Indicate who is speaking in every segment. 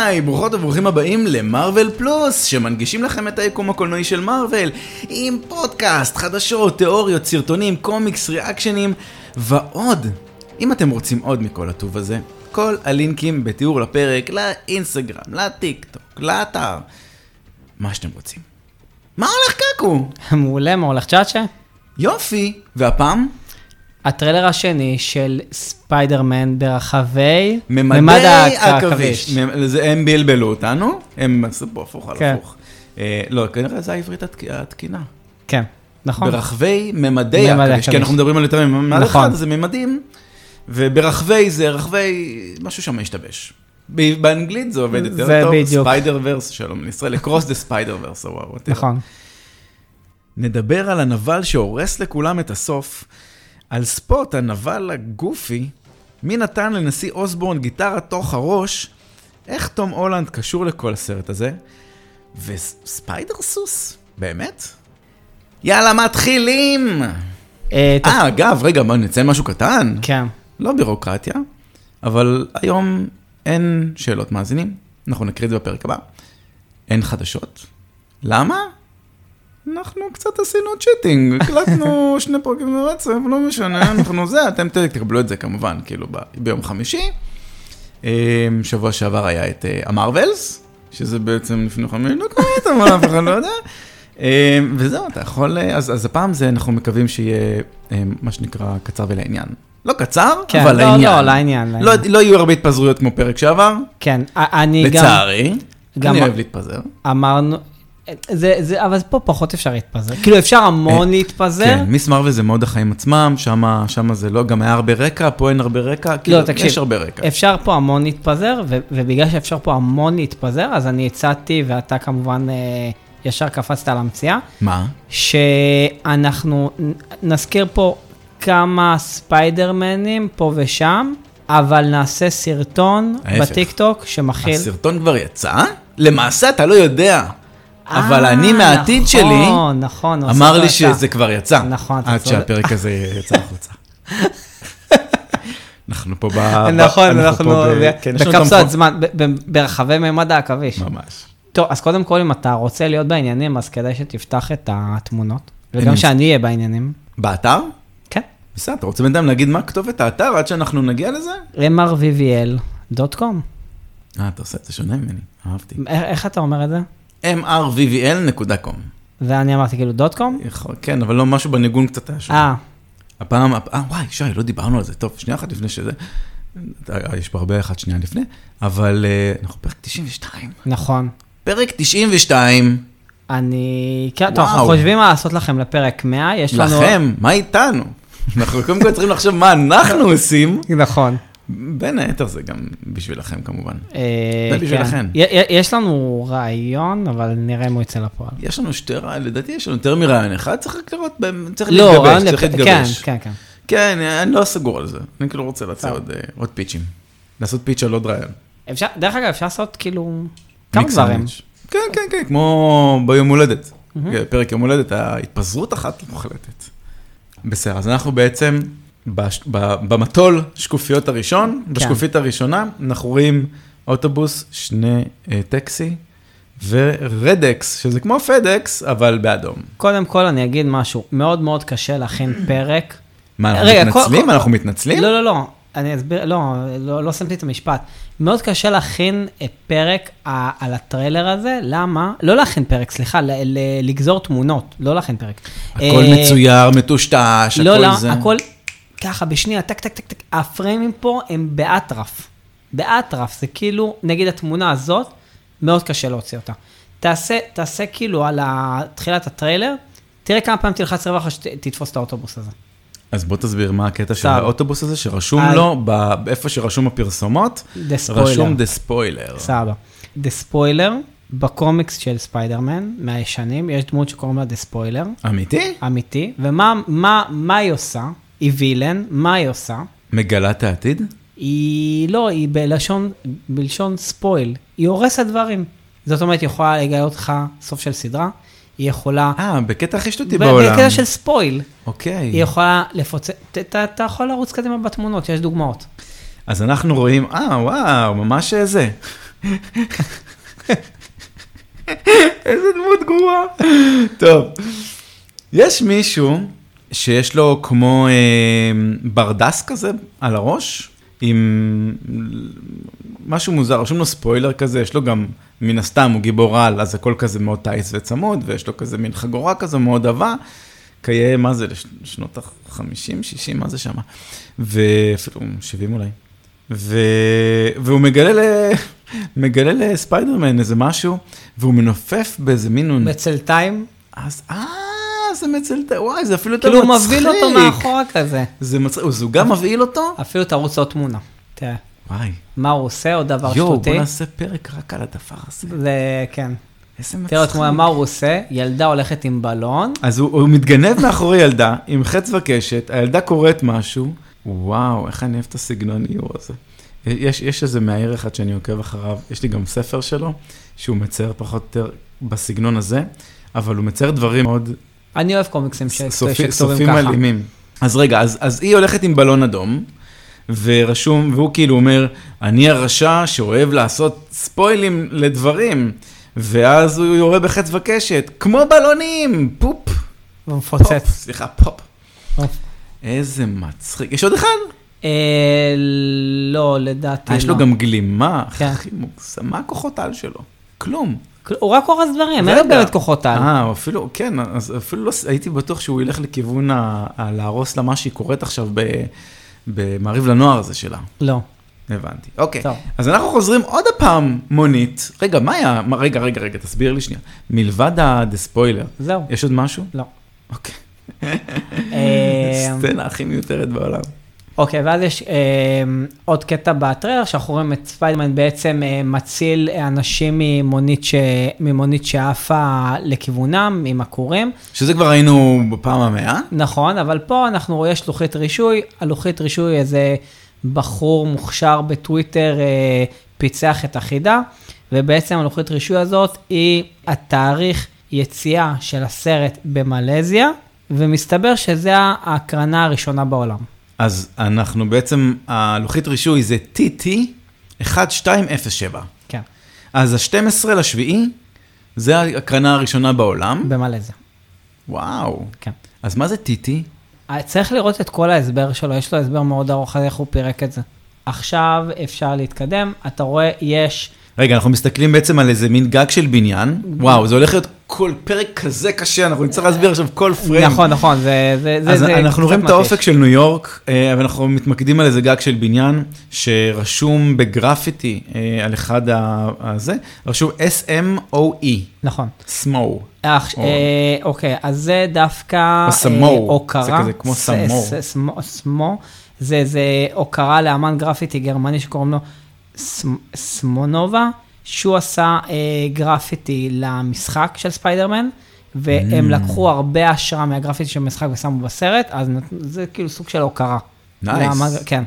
Speaker 1: היי, ברוכות וברוכים הבאים למרוויל פלוס, שמנגישים לכם את היקום הקולנועי של מרוויל, עם פודקאסט, חדשות, תיאוריות, סרטונים, קומיקס, ריאקשנים, ועוד. אם אתם רוצים עוד מכל הטוב הזה, כל הלינקים בתיאור לפרק, לאינסטגרם, לטיק טוק, לאתר, מה שאתם רוצים. מה הולך קקו?
Speaker 2: מעולה, מה הולך צ'אצ'ה?
Speaker 1: יופי, והפעם?
Speaker 2: הטריילר השני של ספיידרמן ברחבי
Speaker 1: ממדי
Speaker 2: ממד
Speaker 1: העכביש. ממ- זה- הם בלבלו אותנו, הם עשו פה הפוך על
Speaker 2: כן.
Speaker 1: הפוך. אה, לא, כנראה זה העברית התק- התקינה.
Speaker 2: כן, נכון.
Speaker 1: ברחבי ממדי
Speaker 2: ממדי
Speaker 1: העכביש, כי
Speaker 2: העכביש.
Speaker 1: אנחנו מדברים על יותר ממד
Speaker 2: נכון.
Speaker 1: אחד, זה ממדים, וברחבי זה רחבי, משהו שם השתבש. ב- באנגלית זה עובד יותר
Speaker 2: זה
Speaker 1: טוב,
Speaker 2: בדיוק.
Speaker 1: ספיידר ורס, שלום לישראל, לקרוס דה ספיידר ורס, או וואו. whatever.
Speaker 2: נכון.
Speaker 1: נדבר על הנבל שהורס לכולם את הסוף, על ספוט הנבל הגופי, מי נתן לנשיא אוסבורן גיטרה תוך הראש, איך תום הולנד קשור לכל הסרט הזה, וספיידר סוס, באמת? יאללה, מתחילים!
Speaker 2: אה, טוב,
Speaker 1: אה, אגב, רגע, מה, נציין משהו קטן?
Speaker 2: כן,
Speaker 1: לא בירוקרטיה, אבל היום אין שאלות מאזינים, אנחנו נקריא את זה בפרק הבא. אין חדשות. למה? אנחנו קצת עשינו צ'יטינג, הקלטנו שני פרקים ברצף, לא משנה, אנחנו זה, אתם ת- תקבלו את זה כמובן, כאילו ב- ביום חמישי. אמ, שבוע שעבר היה את אה, המרווילס, שזה בעצם לפני חמש דקות, אבל אף אחד לא יודע. אמ, וזהו, אתה יכול, אה, אז, אז הפעם זה, אנחנו מקווים שיהיה אמ, מה שנקרא קצר ולעניין. לא קצר,
Speaker 2: כן,
Speaker 1: אבל
Speaker 2: לא,
Speaker 1: לעניין.
Speaker 2: לא, לעניין,
Speaker 1: לא,
Speaker 2: לעניין.
Speaker 1: לא יהיו הרבה התפזרויות כמו פרק שעבר,
Speaker 2: כן. א- אני גם
Speaker 1: לצערי.
Speaker 2: גם-
Speaker 1: אני אוהב להתפזר.
Speaker 2: אמרנו, זה, זה, אבל פה פחות אפשר להתפזר. כאילו אפשר המון להתפזר.
Speaker 1: כן, מיס מרוויל זה מאוד החיים עצמם, שמה, שמה זה לא, גם היה הרבה רקע, פה אין הרבה רקע, כאילו,
Speaker 2: לא, תקשיב,
Speaker 1: יש הרבה רקע.
Speaker 2: אפשר פה המון להתפזר, ו- ובגלל שאפשר פה המון להתפזר, אז אני הצעתי, ואתה כמובן אה, ישר קפצת על המציאה,
Speaker 1: מה?
Speaker 2: שאנחנו נ- נזכיר פה כמה ספיידרמנים פה ושם, אבל נעשה סרטון
Speaker 1: ההפך.
Speaker 2: בטיקטוק שמכיל...
Speaker 1: הסרטון כבר יצא? למעשה אתה לא יודע,
Speaker 2: אה,
Speaker 1: אבל אני מהעתיד שלי,
Speaker 2: נכון, נכון. הוא
Speaker 1: אמר
Speaker 2: עשה
Speaker 1: לי
Speaker 2: את ה-
Speaker 1: שזה כבר יצא.
Speaker 2: נכון, אתה
Speaker 1: עד
Speaker 2: צודק.
Speaker 1: שהפרק הזה יצא החוצה. אנחנו פה ב...
Speaker 2: נכון,
Speaker 1: פה
Speaker 2: אנחנו
Speaker 1: ב- כן, יש לנו את
Speaker 2: בקפסולת
Speaker 1: המכון.
Speaker 2: זמן, ב- ב- ברחבי מימד העכביש.
Speaker 1: ממש.
Speaker 2: טוב, אז קודם כל, אם אתה רוצה להיות בעניינים, אז כדאי שתפתח את התמונות,
Speaker 1: אני-
Speaker 2: וגם שאני אהיה בעניינים.
Speaker 1: באתר?
Speaker 2: כן.
Speaker 1: בסדר, אתה רוצה בינתיים להגיד מה כתובת האתר עד שאנחנו נגיע לזה?
Speaker 2: mrvvl.com.
Speaker 1: אה, אתה עושה את זה שונה ממני, אהבתי.
Speaker 2: א- איך אתה אומר את זה?
Speaker 1: mrvvl.com.
Speaker 2: ואני אמרתי כאילו דוט קום?
Speaker 1: יכול- כן, אבל לא משהו בניגון קצת היה שונה.
Speaker 2: אה,
Speaker 1: הפעם, הפ- אה וואי, שי, לא דיברנו על זה, טוב, שנייה אחת לפני שזה. אה, יש פה הרבה אחת שנייה לפני, אבל אה, אנחנו פרק 92.
Speaker 2: נכון.
Speaker 1: פרק 92,
Speaker 2: אני... כן, טוב, אנחנו
Speaker 1: וואו.
Speaker 2: חושבים מה לעשות לכם לפרק 100, יש לנו...
Speaker 1: לכם, מה איתנו? אנחנו קודם כל צריכים לחשוב מה אנחנו עושים,
Speaker 2: נכון.
Speaker 1: בין היתר זה גם בשבילכם כמובן.
Speaker 2: אה,
Speaker 1: זה לא
Speaker 2: כן.
Speaker 1: בשבילכן.
Speaker 2: י- י- יש לנו רעיון, אבל נראה אם הוא יצא לפועל.
Speaker 1: יש לנו שתי רעיון, לדעתי יש לנו יותר מרעיון אחד, צריך רק לראות, ב- צריך
Speaker 2: לא,
Speaker 1: להתגבש,
Speaker 2: רעיון...
Speaker 1: צריך
Speaker 2: לפ- כן,
Speaker 1: להתגבש.
Speaker 2: כן, כן.
Speaker 1: כן, אני לא סגור על זה, אני כאילו רוצה להציע עוד, אה, עוד פיצ'ים. לעשות פיץ' על עוד רעיון.
Speaker 2: אפשר, דרך אגב, אפשר לעשות כאילו כמה
Speaker 1: מיקס
Speaker 2: דברים.
Speaker 1: סנדוויץ'. כן, כן, כן, כמו ביום הולדת. כן, פרק יום הולדת, ההתפזרות אחת מוחלטת. בסדר, אז אנחנו בעצם בש... ב... במטול שקופיות הראשון,
Speaker 2: כן.
Speaker 1: בשקופית הראשונה, אנחנו רואים אוטובוס, שני אה, טקסי ורדקס, שזה כמו פדקס, אבל באדום.
Speaker 2: קודם כל אני אגיד משהו, מאוד מאוד קשה להכין פרק.
Speaker 1: מה, אנחנו
Speaker 2: רגע, כל-
Speaker 1: מתנצלים?
Speaker 2: כל-
Speaker 1: אנחנו מתנצלים?
Speaker 2: לא, לא, לא, אני אסביר, לא, לא, לא שמתי את המשפט. מאוד קשה להכין אה, פרק ה- על הטריילר הזה, למה? לא להכין פרק, סליחה, ל- ל- לגזור תמונות, לא להכין פרק.
Speaker 1: הכל
Speaker 2: אה,
Speaker 1: מצויר, מטושטש,
Speaker 2: לא,
Speaker 1: הכל
Speaker 2: לא,
Speaker 1: זה.
Speaker 2: הכל ככה, בשנייה, טק, טק, טק, טק, הפריימים פה הם באטרף. באטרף, זה כאילו, נגיד התמונה הזאת, מאוד קשה להוציא אותה. תעשה, תעשה כאילו על ה- תחילת הטריילר, תראה כמה פעמים תלחץ רווח אחרי שתתפוס את האוטובוס הזה.
Speaker 1: אז בוא תסביר מה הקטע של
Speaker 2: סתם.
Speaker 1: האוטובוס הזה, שרשום
Speaker 2: אז-
Speaker 1: לו, ב- איפה שרשום הפרסומות,
Speaker 2: The
Speaker 1: רשום
Speaker 2: Spoiler.
Speaker 1: דה ספוילר.
Speaker 2: סבבה. דה ספוילר, בקומיקס של ספיידרמן, מהישנים, יש דמות שקוראים לה דה ספוילר,
Speaker 1: אמיתי?
Speaker 2: אמיתי, ומה מה, מה היא עושה? היא וילן, מה היא עושה?
Speaker 1: מגלה את העתיד?
Speaker 2: היא לא, היא בלשון, בלשון ספויל, היא הורסת דברים. זאת אומרת, היא יכולה לגלות לך סוף של סדרה, היא יכולה...
Speaker 1: אה, בקטע הכי שטותי
Speaker 2: ב-
Speaker 1: בעולם.
Speaker 2: בקטע של ספויל, היא
Speaker 1: אוקיי.
Speaker 2: יכולה לפוצץ, ת- ת- אתה יכול
Speaker 1: אה.
Speaker 2: לרוץ קדימה בתמונות, יש דוגמאות.
Speaker 1: אז אנחנו רואים, אה, וואו, ממש זה. איזה דמות גרועה. טוב, יש מישהו שיש לו כמו אה, ברדס כזה על הראש, עם משהו מוזר, רשום לו ספוילר כזה, יש לו גם, מן הסתם, הוא גיבור על, אז הכל כזה מאוד טייס וצמוד, ויש לו כזה מין חגורה כזה מאוד עבה. כיאה, מה זה, לש- שנות ה-50, 60, מה זה שמה? ואפילו 70 אולי. ו... והוא מגלה, ל... מגלה לספיידרמן איזה משהו, והוא מנופף באיזה מין... הוא-
Speaker 2: בצלתיים,
Speaker 1: אז אה, זה מצלת, וואי, זה אפילו יותר
Speaker 2: כאילו
Speaker 1: מצחיק.
Speaker 2: הוא מבהיל אותו מאחורה כזה.
Speaker 1: זה מצחיק, אז הוא גם מבהיל אותו?
Speaker 2: אפילו תרוץ עוד תמונה. תראה,
Speaker 1: וואי.
Speaker 2: מה הוא עושה, עוד דבר
Speaker 1: יואו,
Speaker 2: שטותי.
Speaker 1: בוא נעשה פרק רק על הדבר הזה.
Speaker 2: זה, כן.
Speaker 1: איזה מצחיק.
Speaker 2: תראה תמונה, מה הוא עושה, ילדה הולכת עם בלון,
Speaker 1: אז הוא, הוא מתגנב מאחורי ילדה, עם חץ וקשת, הילדה קוראת משהו, וואו, איך אני אוהב את הסגנון איור הזה. יש, יש איזה מאייר אחד שאני עוקב אחריו, יש לי גם ספר שלו, שהוא מצייר פחות או יותר בסגנון הזה, אבל הוא מצייר דברים מאוד
Speaker 2: אני אוהב קומיקסים ש-
Speaker 1: סופי-
Speaker 2: שכתובים
Speaker 1: סופים
Speaker 2: ככה.
Speaker 1: אלימים. אז רגע, אז, אז היא הולכת עם בלון אדום, ורשום, והוא כאילו אומר, אני הרשע שאוהב לעשות ספוילים לדברים, ואז הוא יורה בחץ וקשת, כמו בלונים, פופ,
Speaker 2: הוא
Speaker 1: פופ,
Speaker 2: מפוצץ.
Speaker 1: סליחה, פופ.
Speaker 2: פופ.
Speaker 1: איזה מצחיק, יש עוד אחד?
Speaker 2: אה, לא, לדעתי
Speaker 1: אה,
Speaker 2: לא.
Speaker 1: יש לו גם גלימה,
Speaker 2: כן.
Speaker 1: אחי מוגזם, מה הכוחות על שלו? כלום.
Speaker 2: הוא רק הורס דברים, אין לו
Speaker 1: רגע.
Speaker 2: באמת כוחות על.
Speaker 1: אה, הוא אפילו, כן, אז אפילו לא, ס- הייתי בטוח שהוא ילך לכיוון ה, ה, להרוס לה מה שהיא קוראת עכשיו ב, במעריב לנוער הזה שלה.
Speaker 2: לא.
Speaker 1: הבנתי, אוקיי.
Speaker 2: טוב.
Speaker 1: אז אנחנו חוזרים עוד הפעם מונית. רגע, מה היה, מה- רגע, רגע, רגע, תסביר לי שנייה. מלבד הדה ספוילר,
Speaker 2: זהו.
Speaker 1: יש עוד משהו?
Speaker 2: לא.
Speaker 1: אוקיי.
Speaker 2: אה,
Speaker 1: סצנה הכי מיותרת בעולם.
Speaker 2: אוקיי, ואז יש אה, עוד קטע בטריילר, שאנחנו רואים את ספיידרמן בעצם אה, מציל אנשים ממונית, ש... ממונית שעפה לכיוונם, עם הכורים.
Speaker 1: שזה כבר היינו בפעם המאה?
Speaker 2: נכון, אבל פה אנחנו רואים שלוחית רישוי, הלוחית רישוי איזה בחור מוכשר בטוויטר אה, פיצח את החידה, ובעצם הלוחית רישוי הזאת היא התאריך יציאה של הסרט במלזיה, ומסתבר שזה ההקרנה הראשונה בעולם.
Speaker 1: אז אנחנו בעצם, הלוחית רישוי זה TT1207.
Speaker 2: כן,
Speaker 1: אז ה-12 לשביעי, זה ההקרנה הראשונה בעולם.
Speaker 2: במלזיה,
Speaker 1: וואו.
Speaker 2: כן.
Speaker 1: אז מה זה TT?
Speaker 2: אה, צריך לראות את כל ההסבר שלו, יש לו הסבר מאוד ארוך על איך הוא פירק את זה. עכשיו אפשר להתקדם, אתה רואה, יש,
Speaker 1: רגע, אנחנו מסתכלים בעצם על איזה מין גג של בניין.
Speaker 2: Mhm.
Speaker 1: וואו, זה הולך להיות כל פרק כזה קשה, אנחנו נצטרך להסביר עכשיו כל פריים.
Speaker 2: נכון, נכון, זה, זה, זה,
Speaker 1: אז
Speaker 2: זה
Speaker 1: אנחנו
Speaker 2: קצת
Speaker 1: רואים את
Speaker 2: מתיש.
Speaker 1: האופק של ניו יורק, אה, אבל אנחנו מתמקדים על איזה גג של בניין שרשום בגרפיטי אה, על אחד ה- הזה, רשום E, SMOE,
Speaker 2: נכון.
Speaker 1: סמו.
Speaker 2: אך,
Speaker 1: או-
Speaker 2: אה, אוקיי, אז זה דווקא
Speaker 1: או סמור.
Speaker 2: אה, הוקרה.
Speaker 1: זה כזה כמו
Speaker 2: ס-
Speaker 1: סמור.
Speaker 2: ס- סמו- סמו, זה זה הוקרה לאמן גרפיטי גרמני שקוראים לו סמ- סמונובה, שהוא עשה אה, גרפיטי למשחק של ספיידרמן, והם
Speaker 1: Mm.
Speaker 2: לקחו הרבה השראה מהגרפיטי של המשחק ושמו בסרט, אז נת- זה כאילו סוג של הוקרה.
Speaker 1: Nice.
Speaker 2: לאמן- כן,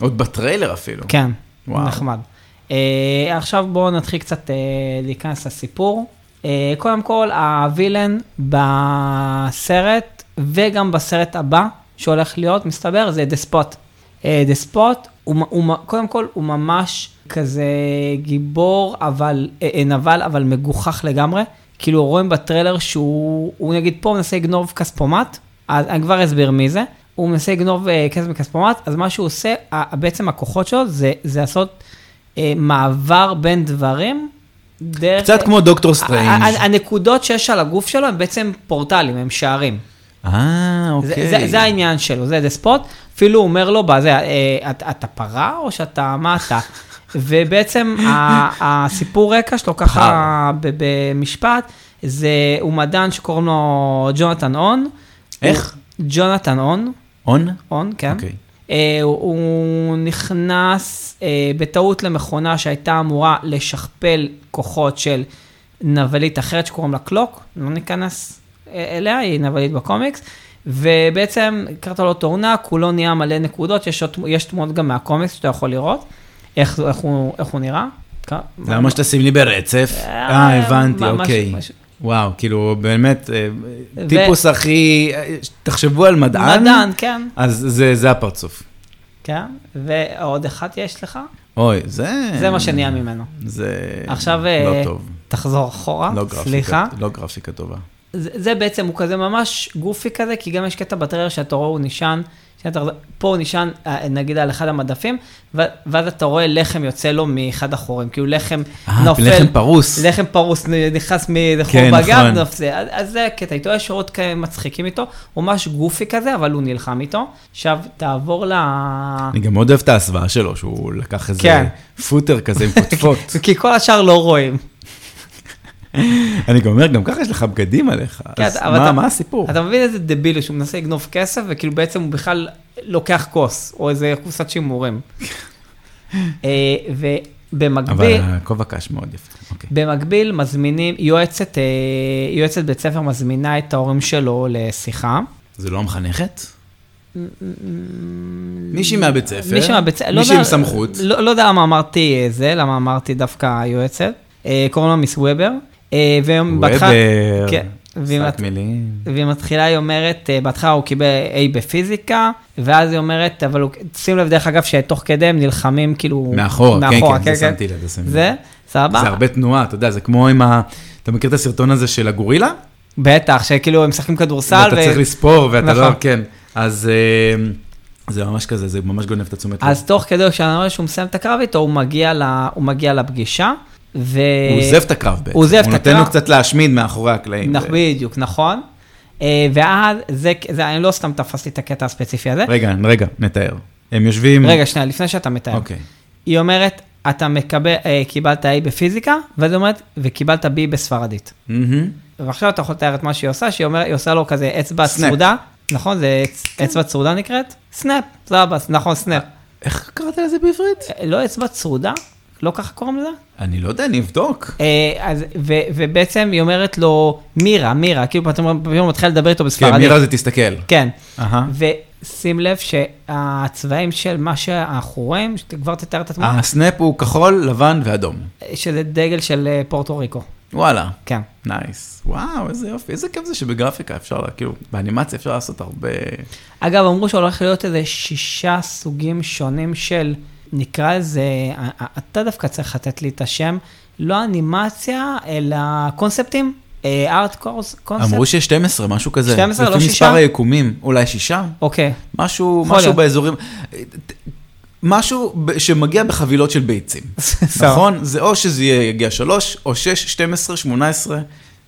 Speaker 1: עוד בטריילר אפילו.
Speaker 2: כן,
Speaker 1: וואו.
Speaker 2: נחמד. אה, עכשיו בואו נתחיל קצת אה, להיכנס לסיפור. אה, קודם כל, הווילן בסרט, וגם בסרט הבא שהולך להיות, מסתבר, זה אה, דה ספוט. דה ספוט, קודם כל, הוא ממש כזה גיבור, אבל, אה, אה, נבל, אבל מגוחך לגמרי. כאילו, רואים בטריילר שהוא, הוא נגיד פה מנסה לגנוב כספומט, אז אני כבר אסביר מי זה. הוא מנסה לגנוב אה, כסף מכספומט, אז מה שהוא עושה, ה- בעצם הכוחות שלו זה, זה לעשות אה, מעבר בין דברים. דרך... אה,
Speaker 1: קצת כמו דוקטור
Speaker 2: ה- ה-
Speaker 1: סטרנג'.
Speaker 2: הנקודות שיש על הגוף שלו הם בעצם פורטלים, הם שערים.
Speaker 1: אה, אוקיי.
Speaker 2: זה, זה, זה העניין שלו, זה דה ספוט. אפילו הוא אומר לו, בזה, אה, את- אתה פרה או שאתה, מה אתה? ובעצם ה- הסיפור רקע שלו ככה ב- במשפט, זה, הוא מדען שקוראים לו ג'ונתן און.
Speaker 1: איך?
Speaker 2: ג'ונתן און.
Speaker 1: און?
Speaker 2: הון, כן.
Speaker 1: אוקיי.
Speaker 2: אה, הוא- הוא נכנס אה, בטעות למכונה שהייתה אמורה לשכפל כוחות של נבלית אחרת שקוראים לה קלוק, לא ניכנס אה, אליה, היא נבלית בקומיקס, ובעצם קראת לו תאונה, כולו נהיה מלא נקודות, יש, עוד- יש תמונות גם מהקומיקס שאתה יכול לראות, איך, איך, הוא, איך הוא נראה. כ-
Speaker 1: זה ממש תשים לי ברצף.
Speaker 2: אה,
Speaker 1: אה, הבנתי,
Speaker 2: ממש-
Speaker 1: אוקיי.
Speaker 2: משהו.
Speaker 1: וואו, כאילו, באמת, אה,
Speaker 2: ו-
Speaker 1: טיפוס הכי... אה, תחשבו על מדען.
Speaker 2: מדען, כן.
Speaker 1: אז זה- זה הפרצוף.
Speaker 2: כן, ועוד אחת יש לך?
Speaker 1: אוי, זה...
Speaker 2: זה מה שנהיה ממנו.
Speaker 1: זה...
Speaker 2: עכשיו אה,
Speaker 1: לא טוב.
Speaker 2: תחזור אחורה,
Speaker 1: לא
Speaker 2: סליחה.
Speaker 1: גרפיקה, לא גרפיקה טובה.
Speaker 2: זה, זה בעצם, הוא כזה ממש גופי כזה, כי גם יש קטע בטריילר שאתה רואה, הוא נשען, שאתה, פה הוא נשען אה, נגיד על אחד המדפים, ו- ואז אתה רואה לחם יוצא לו מאחד החורים, כאילו לחם
Speaker 1: אה,
Speaker 2: נופל.
Speaker 1: לחם פרוס.
Speaker 2: לחם פרוס נ- נכנס מאיזה חור
Speaker 1: כן,
Speaker 2: בגב,
Speaker 1: נכון.
Speaker 2: נופל. אז, אז זה הקטע איתו, יש עוד כאלה מצחיקים איתו, הוא ממש גופי כזה, אבל הוא נלחם איתו. עכשיו, תעבור ל...
Speaker 1: אני גם מאוד אוהב את ההסוואה שלו, שהוא לקח איזה
Speaker 2: כן.
Speaker 1: פוטר כזה עם קוטפות.
Speaker 2: כי כל השאר לא רואים.
Speaker 1: אני גם אומר, גם ככה יש לך בגדים עליך,
Speaker 2: כן,
Speaker 1: אז
Speaker 2: אבל
Speaker 1: מה-
Speaker 2: אתה-
Speaker 1: מה הסיפור?
Speaker 2: אתה מבין איזה דביל הוא, שהוא מנסה לגנוב כסף, וכאילו בעצם הוא בכלל לוקח כוס, או איזה קופסת שימורים. אה,
Speaker 1: אבל
Speaker 2: ובמקביל,
Speaker 1: הכובע קש מאוד יפה. אוקיי.
Speaker 2: במקביל מזמינים, יועצת, אה, יועצת בית ספר מזמינה את ההורים שלו לשיחה.
Speaker 1: זה לא המחנכת? מישהי מהבית ספר,
Speaker 2: מישהו מהבית ספר, לא
Speaker 1: מישהי עם
Speaker 2: יודע-
Speaker 1: סמכות.
Speaker 2: לא, לא יודע למה אמרתי אה, זה, למה אמרתי דווקא יועצת. אה, קוראים לה מיס וובר. אה, והם בהתחלה-
Speaker 1: וובר,
Speaker 2: כן, ואם
Speaker 1: שק
Speaker 2: את-
Speaker 1: מילים.
Speaker 2: והיא מתחילה, היא אומרת, אה, בהתחלה הוא קיבל A בפיזיקה, ואז היא אומרת, אבל הוא, שים לב דרך אגב שתוך כדי הם נלחמים כאילו...
Speaker 1: מאחור, כן, כן, זה שמתי לב, זה שמתי לב.
Speaker 2: זה, סבבה?
Speaker 1: זה הרבה תנועה, אתה יודע, זה כמו עם ה... אתה מכיר את הסרטון הזה של הגורילה?
Speaker 2: בטח, שכאילו הם משחקים כדורסל.
Speaker 1: ואתה צריך לספור, ואתה לא...
Speaker 2: נכון.
Speaker 1: כן. אז אה, זה ממש כזה, זה ממש גונב את התשומת לב.
Speaker 2: אז תוך כדי, כשאני רואה שהוא מסיים את הקרב איתו, הוא מגיע, ל, הוא מגיע לפגישה, ו...
Speaker 1: הוא עוזב את הקרב בעצם.
Speaker 2: אה, הוא עוזב את
Speaker 1: הוא נותן
Speaker 2: הקרב.
Speaker 1: לו קצת להשמיד מאחורי הקלעים.
Speaker 2: נכ- בדיוק, נכון. אה, ואז, זה, זה, אני לא סתם תפסתי את הקטע הספציפי הזה.
Speaker 1: רגע, רגע, נתאר. הם יושבים...
Speaker 2: רגע, שנייה, לפני שאתה מתאר.
Speaker 1: אוקיי.
Speaker 2: היא אומרת, אתה מקבל, אה, קיבלת A בפיזיקה, ואז היא אומרת, וקיבלת B בספרדית.
Speaker 1: מהמם.
Speaker 2: ועכשיו אתה יכול לתאר את מה שהיא עושה, שהיא אומרת, היא עושה לו כזה אצבע
Speaker 1: סנאפ.
Speaker 2: צרודה, נכון? זה אצ- אצבע צרודה נקראת? סנאפ, סבבה, נכון, סנאפ.
Speaker 1: איך קראת לזה בעברית?
Speaker 2: אה, לא אצבע צרודה? לא ככה קוראים לזה?
Speaker 1: אני לא יודע, אני אבדוק.
Speaker 2: אה, אז, ו, ובעצם היא אומרת לו, מירה, מירה, כאילו פתאום פתאום מתחילה לדבר איתו
Speaker 1: כן,
Speaker 2: בספרדית.
Speaker 1: מירה זה תסתכל.
Speaker 2: כן.
Speaker 1: אהה.
Speaker 2: ושים לב שהצבעים של מה שאנחנו רואים, שאתה כבר תתאר את עצמו,
Speaker 1: הסנאפ הוא כחול, לבן ואדום.
Speaker 2: שזה דגל של אה, פורטו ריקו.
Speaker 1: וואלה.
Speaker 2: כן.
Speaker 1: נייס. וואו, איזה יופי. איזה כיף זה שבגרפיקה אפשר, לה- כאילו, באנימציה אפשר לעשות הרבה...
Speaker 2: אגב, אמרו שהולך להיות איזה שישה סוגים שונים של, נקרא לזה, אה, אה, אתה דווקא צריך לתת לי את השם, לא אנימציה, אלא קונספטים, אה, ארט קורס, קונספט.
Speaker 1: אמרו שיש 12, משהו כזה.
Speaker 2: 12, לא
Speaker 1: לפי
Speaker 2: שישה?
Speaker 1: מספר היקומים, אולי שישה?
Speaker 2: אוקיי,
Speaker 1: משהו,
Speaker 2: יכול
Speaker 1: משהו
Speaker 2: להיות.
Speaker 1: באזורים, משהו ב- שמגיע בחבילות של ביצים, נכון? זה או שזה יהיה- יגיע 3, או 6, 12, 18,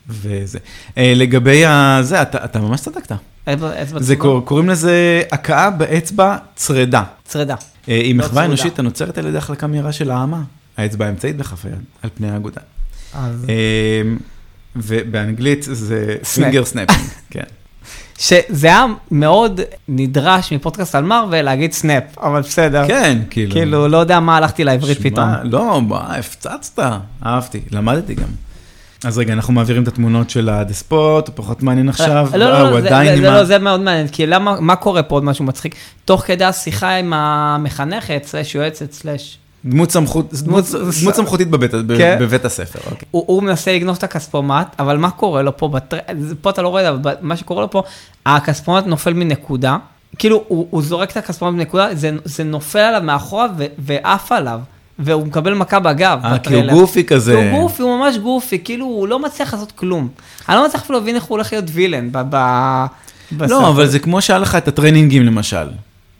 Speaker 1: וזה. אה, לגבי ה- זה, אתה אתה ממש צדקת.
Speaker 2: אצבע אצבע
Speaker 1: זה
Speaker 2: צרודה.
Speaker 1: קור- קוראים לזה הכאה באצבע צרדה.
Speaker 2: צרדה.
Speaker 1: אה, היא
Speaker 2: לא
Speaker 1: מחווה
Speaker 2: צרודה.
Speaker 1: אנושית הנוצרת על ידי החלקה מהירה של האמה, האצבע האמצעית בכף היד, על פני האגודה.
Speaker 2: אז-
Speaker 1: אה, ובאנגלית זה
Speaker 2: סנאפ.
Speaker 1: פינגר סנאפינג, כן.
Speaker 2: שזה היה מאוד נדרש מפודקאסט על מארוול להגיד סנאפ, אבל בסדר.
Speaker 1: כן, כאילו.
Speaker 2: אה, כאילו, לא יודע מה הלכתי לעברית
Speaker 1: שמע,
Speaker 2: פתאום.
Speaker 1: לא, מה, הפצצת, אהבתי, למדתי גם. אז רגע, אנחנו מעבירים את התמונות של הדספוט, הוא פחות מעניין עכשיו,
Speaker 2: לא,
Speaker 1: אה,
Speaker 2: לא,
Speaker 1: הוא
Speaker 2: לא, זה-
Speaker 1: עדיין
Speaker 2: זה-
Speaker 1: עם
Speaker 2: זה
Speaker 1: ה-
Speaker 2: לא, זה מאוד מעניין, כי למה, מה קורה פה עוד משהו מצחיק? תוך כדי השיחה עם המחנכת, סלש יועצת, סלש...
Speaker 1: דמות סמכות- דמות-
Speaker 2: דמות-
Speaker 1: דמות סמכותית בבית- ב-
Speaker 2: כן.
Speaker 1: בבית הספר. אוקיי.
Speaker 2: הוא, הוא מנסה לגנוב את הכספומט, אבל מה קורה לו פה, בטר... זה- פה אתה לא רואה, אבל ב- מה שקורה לו פה, הכספומט נופל מנקודה, כאילו הוא, הוא זורק את הכספומט מנקודה, זה, זה נופל עליו מאחורה ו- ועף עליו, והוא מקבל מכה בגב.
Speaker 1: אה, כי הוא
Speaker 2: בטריילר.
Speaker 1: גופי
Speaker 2: כי
Speaker 1: כזה.
Speaker 2: הוא גופי, הוא ממש גופי, כאילו הוא לא מצליח לעשות כלום. אני לא מצליח אפילו להבין איך הוא הולך להיות וילן ב... ב... בסרט.
Speaker 1: לא, אבל זה כמו שהיה לך את הטרנינגים למשל,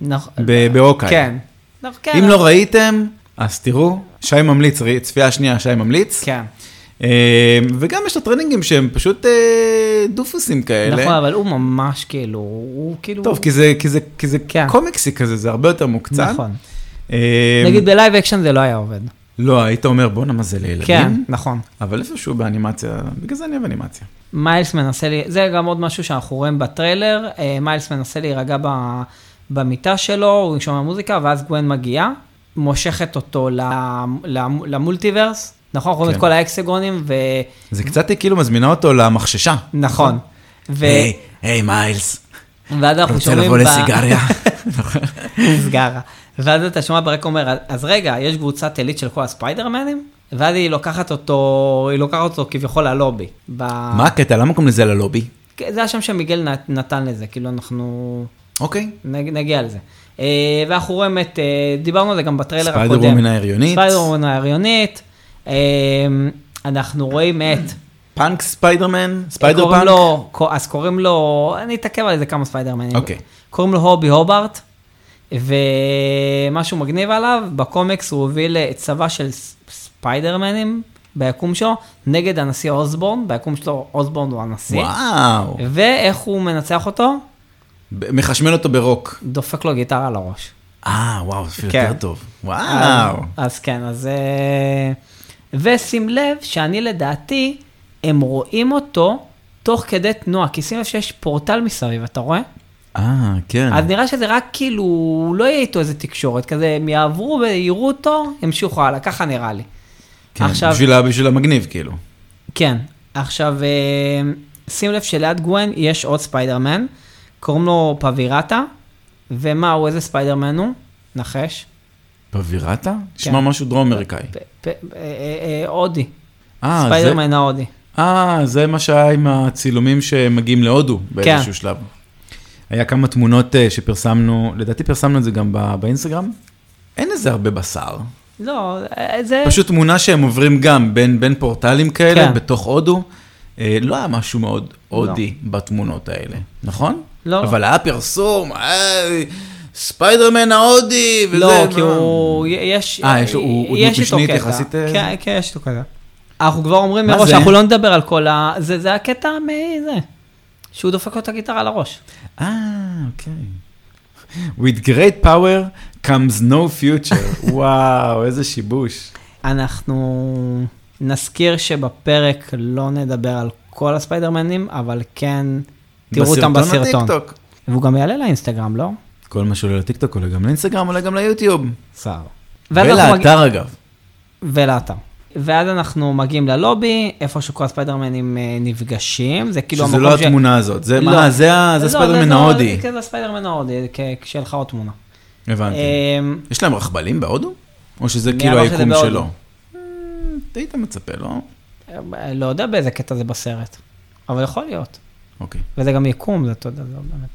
Speaker 2: נכון.
Speaker 1: ב- בהוקאי.
Speaker 2: כן. נכון, כן.
Speaker 1: אם לא ראיתם, אז תראו, שי ממליץ, ראי- צפייה שנייה, שי ממליץ.
Speaker 2: כן.
Speaker 1: אה, וגם יש את הטרנינגים שהם פשוט אה, דופוסים כאלה.
Speaker 2: נכון, אבל הוא ממש כאילו, הוא כאילו...
Speaker 1: טוב, כי זה, כי זה, כי זה
Speaker 2: כן.
Speaker 1: קומיקסי כזה, זה הרבה יותר מוקצן.
Speaker 2: נכון.
Speaker 1: אה,
Speaker 2: נגיד בלייב אקשן זה לא היה עובד.
Speaker 1: לא, היית אומר, בואנה, מה זה לילדים?
Speaker 2: כן, נכון.
Speaker 1: אבל איפשהו באנימציה, בגלל זה אני אוהב אנימציה.
Speaker 2: מיילס מנסה, לי- זה גם עוד משהו שאנחנו רואים בטריילר, אה, מיילס מנסה להירגע ב- במיטה שלו, הוא שומע מוזיקה, ואז גווין מגיעה, מושכת אותו למ- למ- למולטיברס, נכון? אנחנו רואים
Speaker 1: כן.
Speaker 2: את כל האקסגונים, ו...
Speaker 1: זה קצת היא כאילו מזמינה אותו למחששה.
Speaker 2: נכון. ו...
Speaker 1: היי, היי מיילס,
Speaker 2: ואז אנחנו
Speaker 1: אה, רוצה
Speaker 2: שומעים...
Speaker 1: לבוא
Speaker 2: ב-
Speaker 1: לסיגריה?
Speaker 2: סגרה. ואז אתה שומע ברק אומר, אז רגע, יש קבוצת עילית של כל הספיידרמנים? ואז היא לוקחת אותו, היא לוקחת אותו כביכול ללובי. ב...
Speaker 1: מה הקטע? למה קוראים לזה ללובי?
Speaker 2: זה השם שמיגל נת- נתן לזה, כאילו אנחנו...
Speaker 1: אוקיי.
Speaker 2: נג- נגיע לזה. אה, ואנחנו רואים את, אה, דיברנו על זה גם בטריילר הקודם.
Speaker 1: ספיידר וומן ההריונית.
Speaker 2: ספיידר וומן ההריונית. אה, אנחנו רואים את...
Speaker 1: פאנק ספיידרמן, ספיידר
Speaker 2: קוראים
Speaker 1: פאנק.
Speaker 2: לו, קו- אז קוראים לו, אני אתעכב על זה כמה ספיידרמנים.
Speaker 1: אוקיי.
Speaker 2: קוראים לו הובי הוברט, ומשהו מגניב עליו, בקומיקס הוא הוביל אה, צבא של ס- ספיידרמנים ביקום שלו, נגד הנשיא אוסבורן, ביקום שלו אוסבורן הוא הנשיא.
Speaker 1: וואו.
Speaker 2: ואיך הוא מנצח אותו?
Speaker 1: ב- מחשמל אותו ברוק.
Speaker 2: דופק לו גיטרה על הראש.
Speaker 1: אה, וואו, אפילו
Speaker 2: כן.
Speaker 1: יותר טוב. וואו.
Speaker 2: אז, אז כן, אז... אה, ושים לב שאני לדעתי, הם רואים אותו תוך כדי תנועה, כי שים לב שיש פורטל מסביב, אתה רואה?
Speaker 1: אה, כן.
Speaker 2: אז נראה שזה רק כאילו, לא יהיה איתו איזה תקשורת, כזה הם יעברו ויראו אותו, ימשיכו הלאה, ככה נראה לי.
Speaker 1: כן,
Speaker 2: עכשיו-
Speaker 1: בשביל ה- בשביל המגניב, כאילו.
Speaker 2: כן, עכשיו אה, שים לב שליד גווין יש עוד ספיידרמן, קוראים לו פבירטה, ומה הוא, איזה ספיידרמן הוא? נחש.
Speaker 1: בווירטה? נשמע
Speaker 2: כן.
Speaker 1: משהו דרום אמריקאי.
Speaker 2: פ- פ- אה, אה, אה, הודי,
Speaker 1: אה, זה-
Speaker 2: ספיידרמן ההודי.
Speaker 1: אה, זה מה שהיה עם הצילומים שמגיעים להודו באיזשהו
Speaker 2: כן.
Speaker 1: שלב. היה כמה תמונות אה, שפרסמנו, לדעתי פרסמנו את זה גם ב- באינסטגרם. אין לזה הרבה בשר.
Speaker 2: לא, אה, זה...
Speaker 1: פשוט תמונה שהם עוברים גם בין, בין פורטלים כאלה,
Speaker 2: כן.
Speaker 1: בתוך הודו. אה, לא היה משהו מאוד הודי בתמונות האלה, נכון?
Speaker 2: לא.
Speaker 1: אבל היה פרסום, אה, ספיידרמן ההודי, וזה...
Speaker 2: לא, כי הוא... יש...
Speaker 1: אה, יש לו- הוא- הוא
Speaker 2: יש
Speaker 1: דמות
Speaker 2: איתו
Speaker 1: משנית
Speaker 2: קטע.
Speaker 1: יחסית, אה,
Speaker 2: כן, כן, יש איתו קטע. אנחנו כבר אומרים
Speaker 1: מה
Speaker 2: מראש,
Speaker 1: זה?
Speaker 2: אנחנו לא נדבר על כל ה... זה זה הקטע מזה. שהוא דופק לו את הגיטרה על הראש.
Speaker 1: אה, אוקיי. With great power comes no future. וואו, איזה שיבוש.
Speaker 2: אנחנו נזכיר שבפרק לא נדבר על כל הספיידרמנים, אבל כן, תראו אותם בסרטון.
Speaker 1: הטיקטוק.
Speaker 2: והוא גם יעלה לאינסטגרם, לא?
Speaker 1: כל מה שעולה לטיקטוק עולה גם לאינסטגרם, עולה גם ליוטיוב.
Speaker 2: סער.
Speaker 1: ולאתר אגב.
Speaker 2: ולאתר. ואז אנחנו מגיעים ללובי, איפה שכל הספיידרמנים אה, נפגשים, זה כאילו
Speaker 1: שזה
Speaker 2: המקום
Speaker 1: לא התמונה הזאת, זה
Speaker 2: לא.
Speaker 1: מה, זה ה- אה, זה
Speaker 2: לא,
Speaker 1: ספיידרמן
Speaker 2: לא,
Speaker 1: ההודי. אוקיי.
Speaker 2: זה הספיידרמן ההודי, כ- כשיהיה לך עוד תמונה.
Speaker 1: הבנתי.
Speaker 2: אמ,
Speaker 1: יש להם רכבלים בהודו? או שזה
Speaker 2: מי
Speaker 1: כאילו
Speaker 2: אמר שזה
Speaker 1: היקום
Speaker 2: בהודו?
Speaker 1: שלו? אמ, היית מצפה, לא?
Speaker 2: לא יודע באיזה קטע זה בסרט, אבל יכול להיות.
Speaker 1: אוקיי.
Speaker 2: וזה גם יקום, זה אתה יודע, זה לא באמת.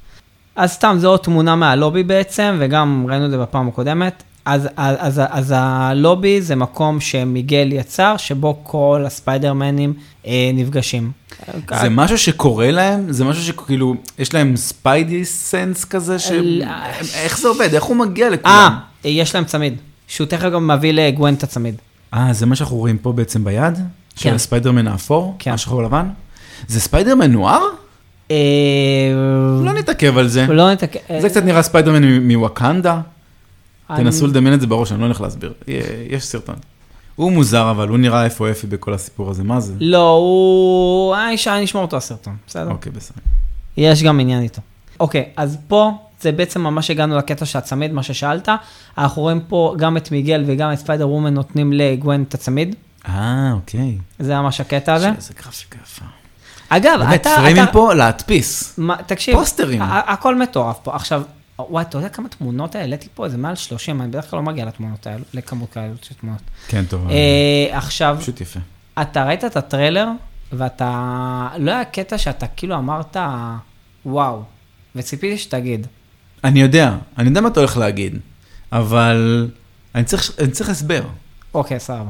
Speaker 2: אז סתם, זו עוד תמונה מהלובי בעצם, וגם ראינו את זה בפעם הקודמת. אז, אז, אז, אז הלובי זה מקום שמיגל יצר, שבו כל הספיידרמנים אה, נפגשים. אה,
Speaker 1: זה משהו שקורה להם? זה משהו שכאילו, יש להם ספיידי סנס כזה? ש-
Speaker 2: אל-
Speaker 1: איך זה עובד? איך הוא מגיע
Speaker 2: אה,
Speaker 1: לכולם?
Speaker 2: יש להם צמיד, שהוא תכף גם מביא לגוון את הצמיד.
Speaker 1: אה, זה מה שאנחנו רואים פה בעצם ביד? של
Speaker 2: כן.
Speaker 1: הספיידרמן האפור?
Speaker 2: כן.
Speaker 1: השחור לבן? זה ספיידרמן נוער?
Speaker 2: אה,
Speaker 1: לא נתעכב על זה.
Speaker 2: לא נתק...
Speaker 1: זה קצת נראה ספיידרמן מ- מווקנדה.
Speaker 2: אה, אני-
Speaker 1: תנסו לדמיין את זה בראש, אני לא הולך להסביר. יה- יש סרטון. הוא מוזר, אבל הוא נראה איפה אפי בכל הסיפור הזה. מה זה?
Speaker 2: לא, הוא... אה, יש- אני אשמור אותו הסרטון, בסדר?
Speaker 1: אוקיי, בסדר.
Speaker 2: יש גם עניין איתו. אוקיי, אז פה זה בעצם ממש הגענו לקטע של הצמיד, מה ששאלת. אנחנו רואים פה גם את מיגל וגם את ספיידר וומן נותנים לגוון את הצמיד.
Speaker 1: אה, אוקיי.
Speaker 2: זה ממש הקטע הזה.
Speaker 1: איזה גרפיקה יפה.
Speaker 2: אגב,
Speaker 1: באמת,
Speaker 2: אתה...
Speaker 1: פריימים
Speaker 2: אתה-
Speaker 1: פה להדפיס.
Speaker 2: מה, תקשיב,
Speaker 1: פוסטרים.
Speaker 2: ה- ה- הכל מטורף פה. עכשיו, וואי, אתה יודע כמה תמונות העליתי פה? איזה מעל 30, אני בדרך כלל לא מגיע לתמונות האלו, לכמות כאלות של תמונות.
Speaker 1: כן, טוב.
Speaker 2: אה, עכשיו,
Speaker 1: פשוט יפה.
Speaker 2: אתה ראית את הטריילר, ואתה... לא היה קטע שאתה כאילו אמרת, וואו, וציפיתי שתגיד.
Speaker 1: אני יודע, אני יודע מה אתה הולך להגיד, אבל אני צריך אני צריך הסבר.
Speaker 2: אוקיי, סבבה.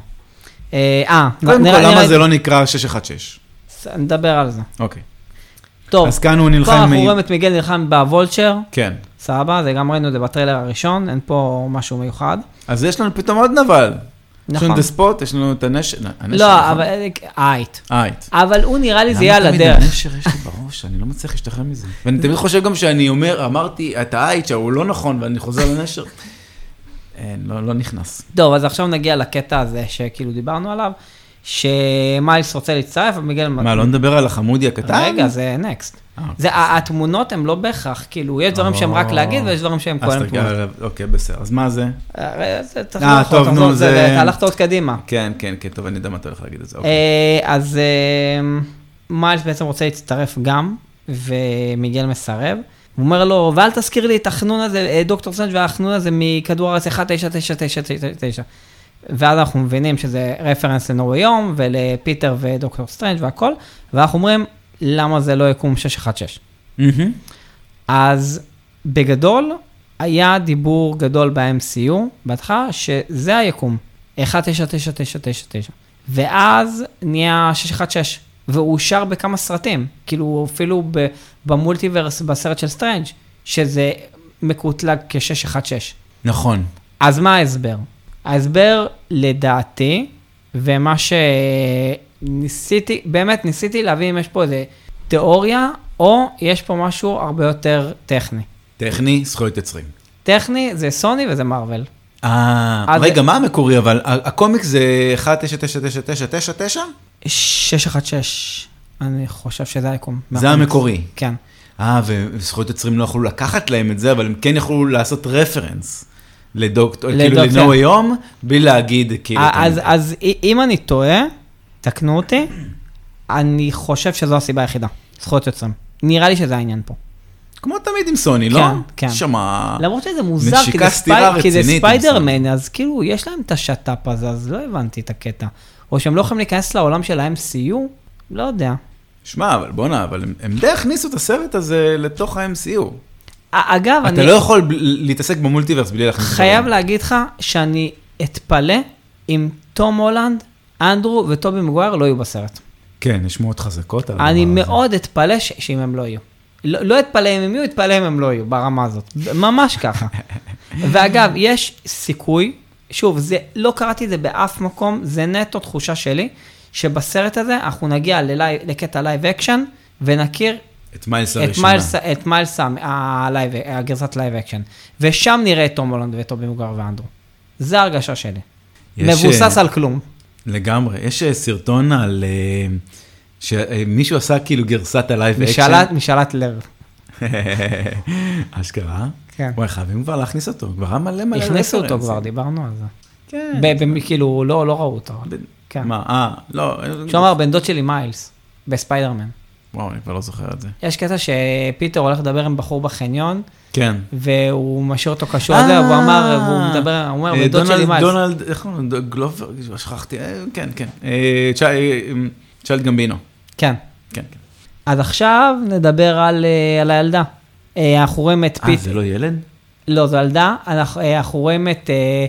Speaker 2: אה, אה,
Speaker 1: קודם כל,
Speaker 2: נראה-
Speaker 1: למה
Speaker 2: נראה-
Speaker 1: זה לא נקרא 616?
Speaker 2: ס- נדבר על זה.
Speaker 1: אוקיי.
Speaker 2: טוב,
Speaker 1: אז כאילו כאן הוא
Speaker 2: פה
Speaker 1: נלחם...
Speaker 2: אנחנו
Speaker 1: עם-
Speaker 2: רואים את מיגל נלחם בוולצ'ר,
Speaker 1: כן.
Speaker 2: סבבה, זה גם ראינו את זה בטריילר הראשון, אין פה משהו מיוחד.
Speaker 1: אז יש לנו פתאום עוד נבל. יש לנו
Speaker 2: נכון.
Speaker 1: את הספוט, יש לנו את הנשר. הנשר,
Speaker 2: לא,
Speaker 1: נכון?
Speaker 2: אבל... אייט.
Speaker 1: אה, היית.
Speaker 2: אבל הוא נראה לי זה יהיה על
Speaker 1: למה תמיד
Speaker 2: הדרך.
Speaker 1: הנשר יש לי בראש? אני לא מצליח להשתחרר מזה. ואני תמיד חושב גם שאני אומר, אמרתי, אתה אייצ'ה, הוא לא נכון, ואני חוזר לנשר. אין, לא לא נכנס.
Speaker 2: טוב, אז עכשיו נגיע לקטע הזה שכאילו דיברנו עליו, שמיילס רוצה להצטרף, ומיגל...
Speaker 1: מה, לא נדבר על החמודי הקטן?
Speaker 2: רגע, זה נקסט.
Speaker 1: אה, אוקיי.
Speaker 2: זה, ה- התמונות הן לא בהכרח, כאילו, יש דברים שהם רק להגיד ויש דברים שהם
Speaker 1: אה, אז
Speaker 2: כהן
Speaker 1: תגיע
Speaker 2: תמונות.
Speaker 1: עליו, אוקיי, בסדר. אז מה זה?
Speaker 2: אה, לא, זה- תחזור
Speaker 1: אה,
Speaker 2: אחורה,
Speaker 1: טוב,
Speaker 2: תחזור,
Speaker 1: נו, זה-
Speaker 2: אתה הלכת עוד קדימה.
Speaker 1: כן, כן, כן, טוב, אני יודע מה אתה הולך להגיד את זה. אוקיי.
Speaker 2: אה, אז אה, מיילס בעצם רוצה להצטרף גם, ומיגל מסרב. הוא אומר לו, ואל תזכיר לי את החנון הזה, אה, דוקטור סנג' והחנון הזה מכדור הארץ 19999. ואז אנחנו מבינים שזה רפרנס לנורי יום ולפיטר ודוקטור סטרנג' והכל,
Speaker 1: אה,
Speaker 2: ואנחנו אומרים, למה זה לא יקום 616?
Speaker 1: מהמם.
Speaker 2: אז בגדול, היה דיבור גדול ב-MCU, בהתחלה, שזה היקום, 19999. ואז נהיה 616, והוא אושר בכמה סרטים, כאילו אפילו ב- במולטיברס, בסרט של סטרנג', שזה מקוטלג כ-616.
Speaker 1: נכון.
Speaker 2: אז מה ההסבר? ההסבר, לדעתי, ומה שניסיתי, באמת ניסיתי להבין אם יש פה איזה תיאוריה, או יש פה משהו הרבה יותר טכני.
Speaker 1: טכני, זכויות יוצרים.
Speaker 2: טכני זה סוני וזה מארוול.
Speaker 1: אה,
Speaker 2: אז-
Speaker 1: רגע, מה המקורי אבל? ה- הקומיקס זה 199999?
Speaker 2: 616, אני חושב שזה היקום.
Speaker 1: זה המקורי.
Speaker 2: כן.
Speaker 1: אה, ו- וזכויות יוצרים לא יכלו לקחת להם את זה, אבל הם כן יכלו לעשות רפרנס לדוקטור, כאילו
Speaker 2: לדוקטור.
Speaker 1: לנועי יום, בלי להגיד כאילו... את
Speaker 2: כן. אה, אז,
Speaker 1: המילה.
Speaker 2: אז אי- אם אני טועה, תקנו אותי, אני חושב שזו הסיבה היחידה, זכויות יוצרים. נראה לי שזה העניין פה.
Speaker 1: כמו תמיד עם סוני,
Speaker 2: כן,
Speaker 1: לא?
Speaker 2: כן.
Speaker 1: שמע...
Speaker 2: למרות שזה מוזר, כי
Speaker 1: נשיקה
Speaker 2: זה,
Speaker 1: סטירה
Speaker 2: ספי... כי זה
Speaker 1: רצינית עם
Speaker 2: ספיידרמן, אז כאילו, יש להם את השת"פ הזה, אז לא הבנתי את הקטע. או שהם לא יכולים להיכנס לעולם של ה-MCU, לא יודע.
Speaker 1: שמע, אבל בואנה, אבל הם- הם די הכניסו את הסרט הזה לתוך ה-MCU.
Speaker 2: א- אגב,
Speaker 1: אתה
Speaker 2: אני
Speaker 1: לא יכול ב- להתעסק במולטיברס בלי להכניס...
Speaker 2: חייב
Speaker 1: דברים.
Speaker 2: להגיד לך שאני אתפלא אם תום הולנד, אנדרו וטובי מגווייר לא יהיו בסרט.
Speaker 1: כן, יש מאוד חזקות על הדבר
Speaker 2: אני
Speaker 1: הזה.
Speaker 2: מאוד אתפלא ש- שאם הם לא יהיו. לא לא אתפלא אם הם יהיו, אתפלא אם הם לא יהיו, ברמה הזאת. ממש ככה. ואגב, יש סיכוי, שוב, זה, לא קראתי את זה באף מקום, זה נטו תחושה שלי, שבסרט הזה אנחנו נגיע ללי, לקטע לייב אקשן, ונכיר
Speaker 1: את מיילס
Speaker 2: את
Speaker 1: הראשונה.
Speaker 2: מיילס, את מיילס ה- הלייב, הגרסת לייב אקשן. ושם נראה את תום הולנד וטובי מוגר ואנדרו. זה ההרגשה שלי.
Speaker 1: יש,
Speaker 2: מבוסס
Speaker 1: אה,
Speaker 2: על כלום.
Speaker 1: לגמרי. יש אה, סרטון על... אה, שמישהו עשה כאילו גרסת הלייב אקשן.
Speaker 2: משאלת, משאלת לב.
Speaker 1: אשכרה?
Speaker 2: כן.
Speaker 1: וואי, חייבים כבר להכניס אותו, כבר היה מלא מלא
Speaker 2: הכניסו אותו
Speaker 1: רפרנסים.
Speaker 2: כבר, דיברנו על זה.
Speaker 1: כן.
Speaker 2: ב- ב- כאילו, לא לא ראו אותו.
Speaker 1: ב-
Speaker 2: כן.
Speaker 1: מה, אה, לא. אה,
Speaker 2: כשהוא אמר, בן דוד שלי מיילס, בספיידרמן.
Speaker 1: וואו, אני כבר לא זוכר את זה.
Speaker 2: יש קטע שפיטר הולך לדבר עם בחור בחניון,
Speaker 1: כן.
Speaker 2: והוא משאיר אותו קשור על זה,
Speaker 1: אה.
Speaker 2: והוא אמר, והוא מדבר, הוא אומר,
Speaker 1: אה,
Speaker 2: בן דוד שלי
Speaker 1: דונלד-
Speaker 2: מיילס.
Speaker 1: דונלד, איך קוראים לו? גלובר? שכחתי, אה, כן, כן. אה, צ'י- אה, אמ, צ'יילד גמבינו.
Speaker 2: כן.
Speaker 1: כן, כן.
Speaker 2: אז עכשיו נדבר על אה, על הילדה. אה, אנחנו רואים את
Speaker 1: אה,
Speaker 2: פיטר,
Speaker 1: זה לא ילד?
Speaker 2: לא, זו ילדה, אנחנו אה, אנחנו רואים את... אה,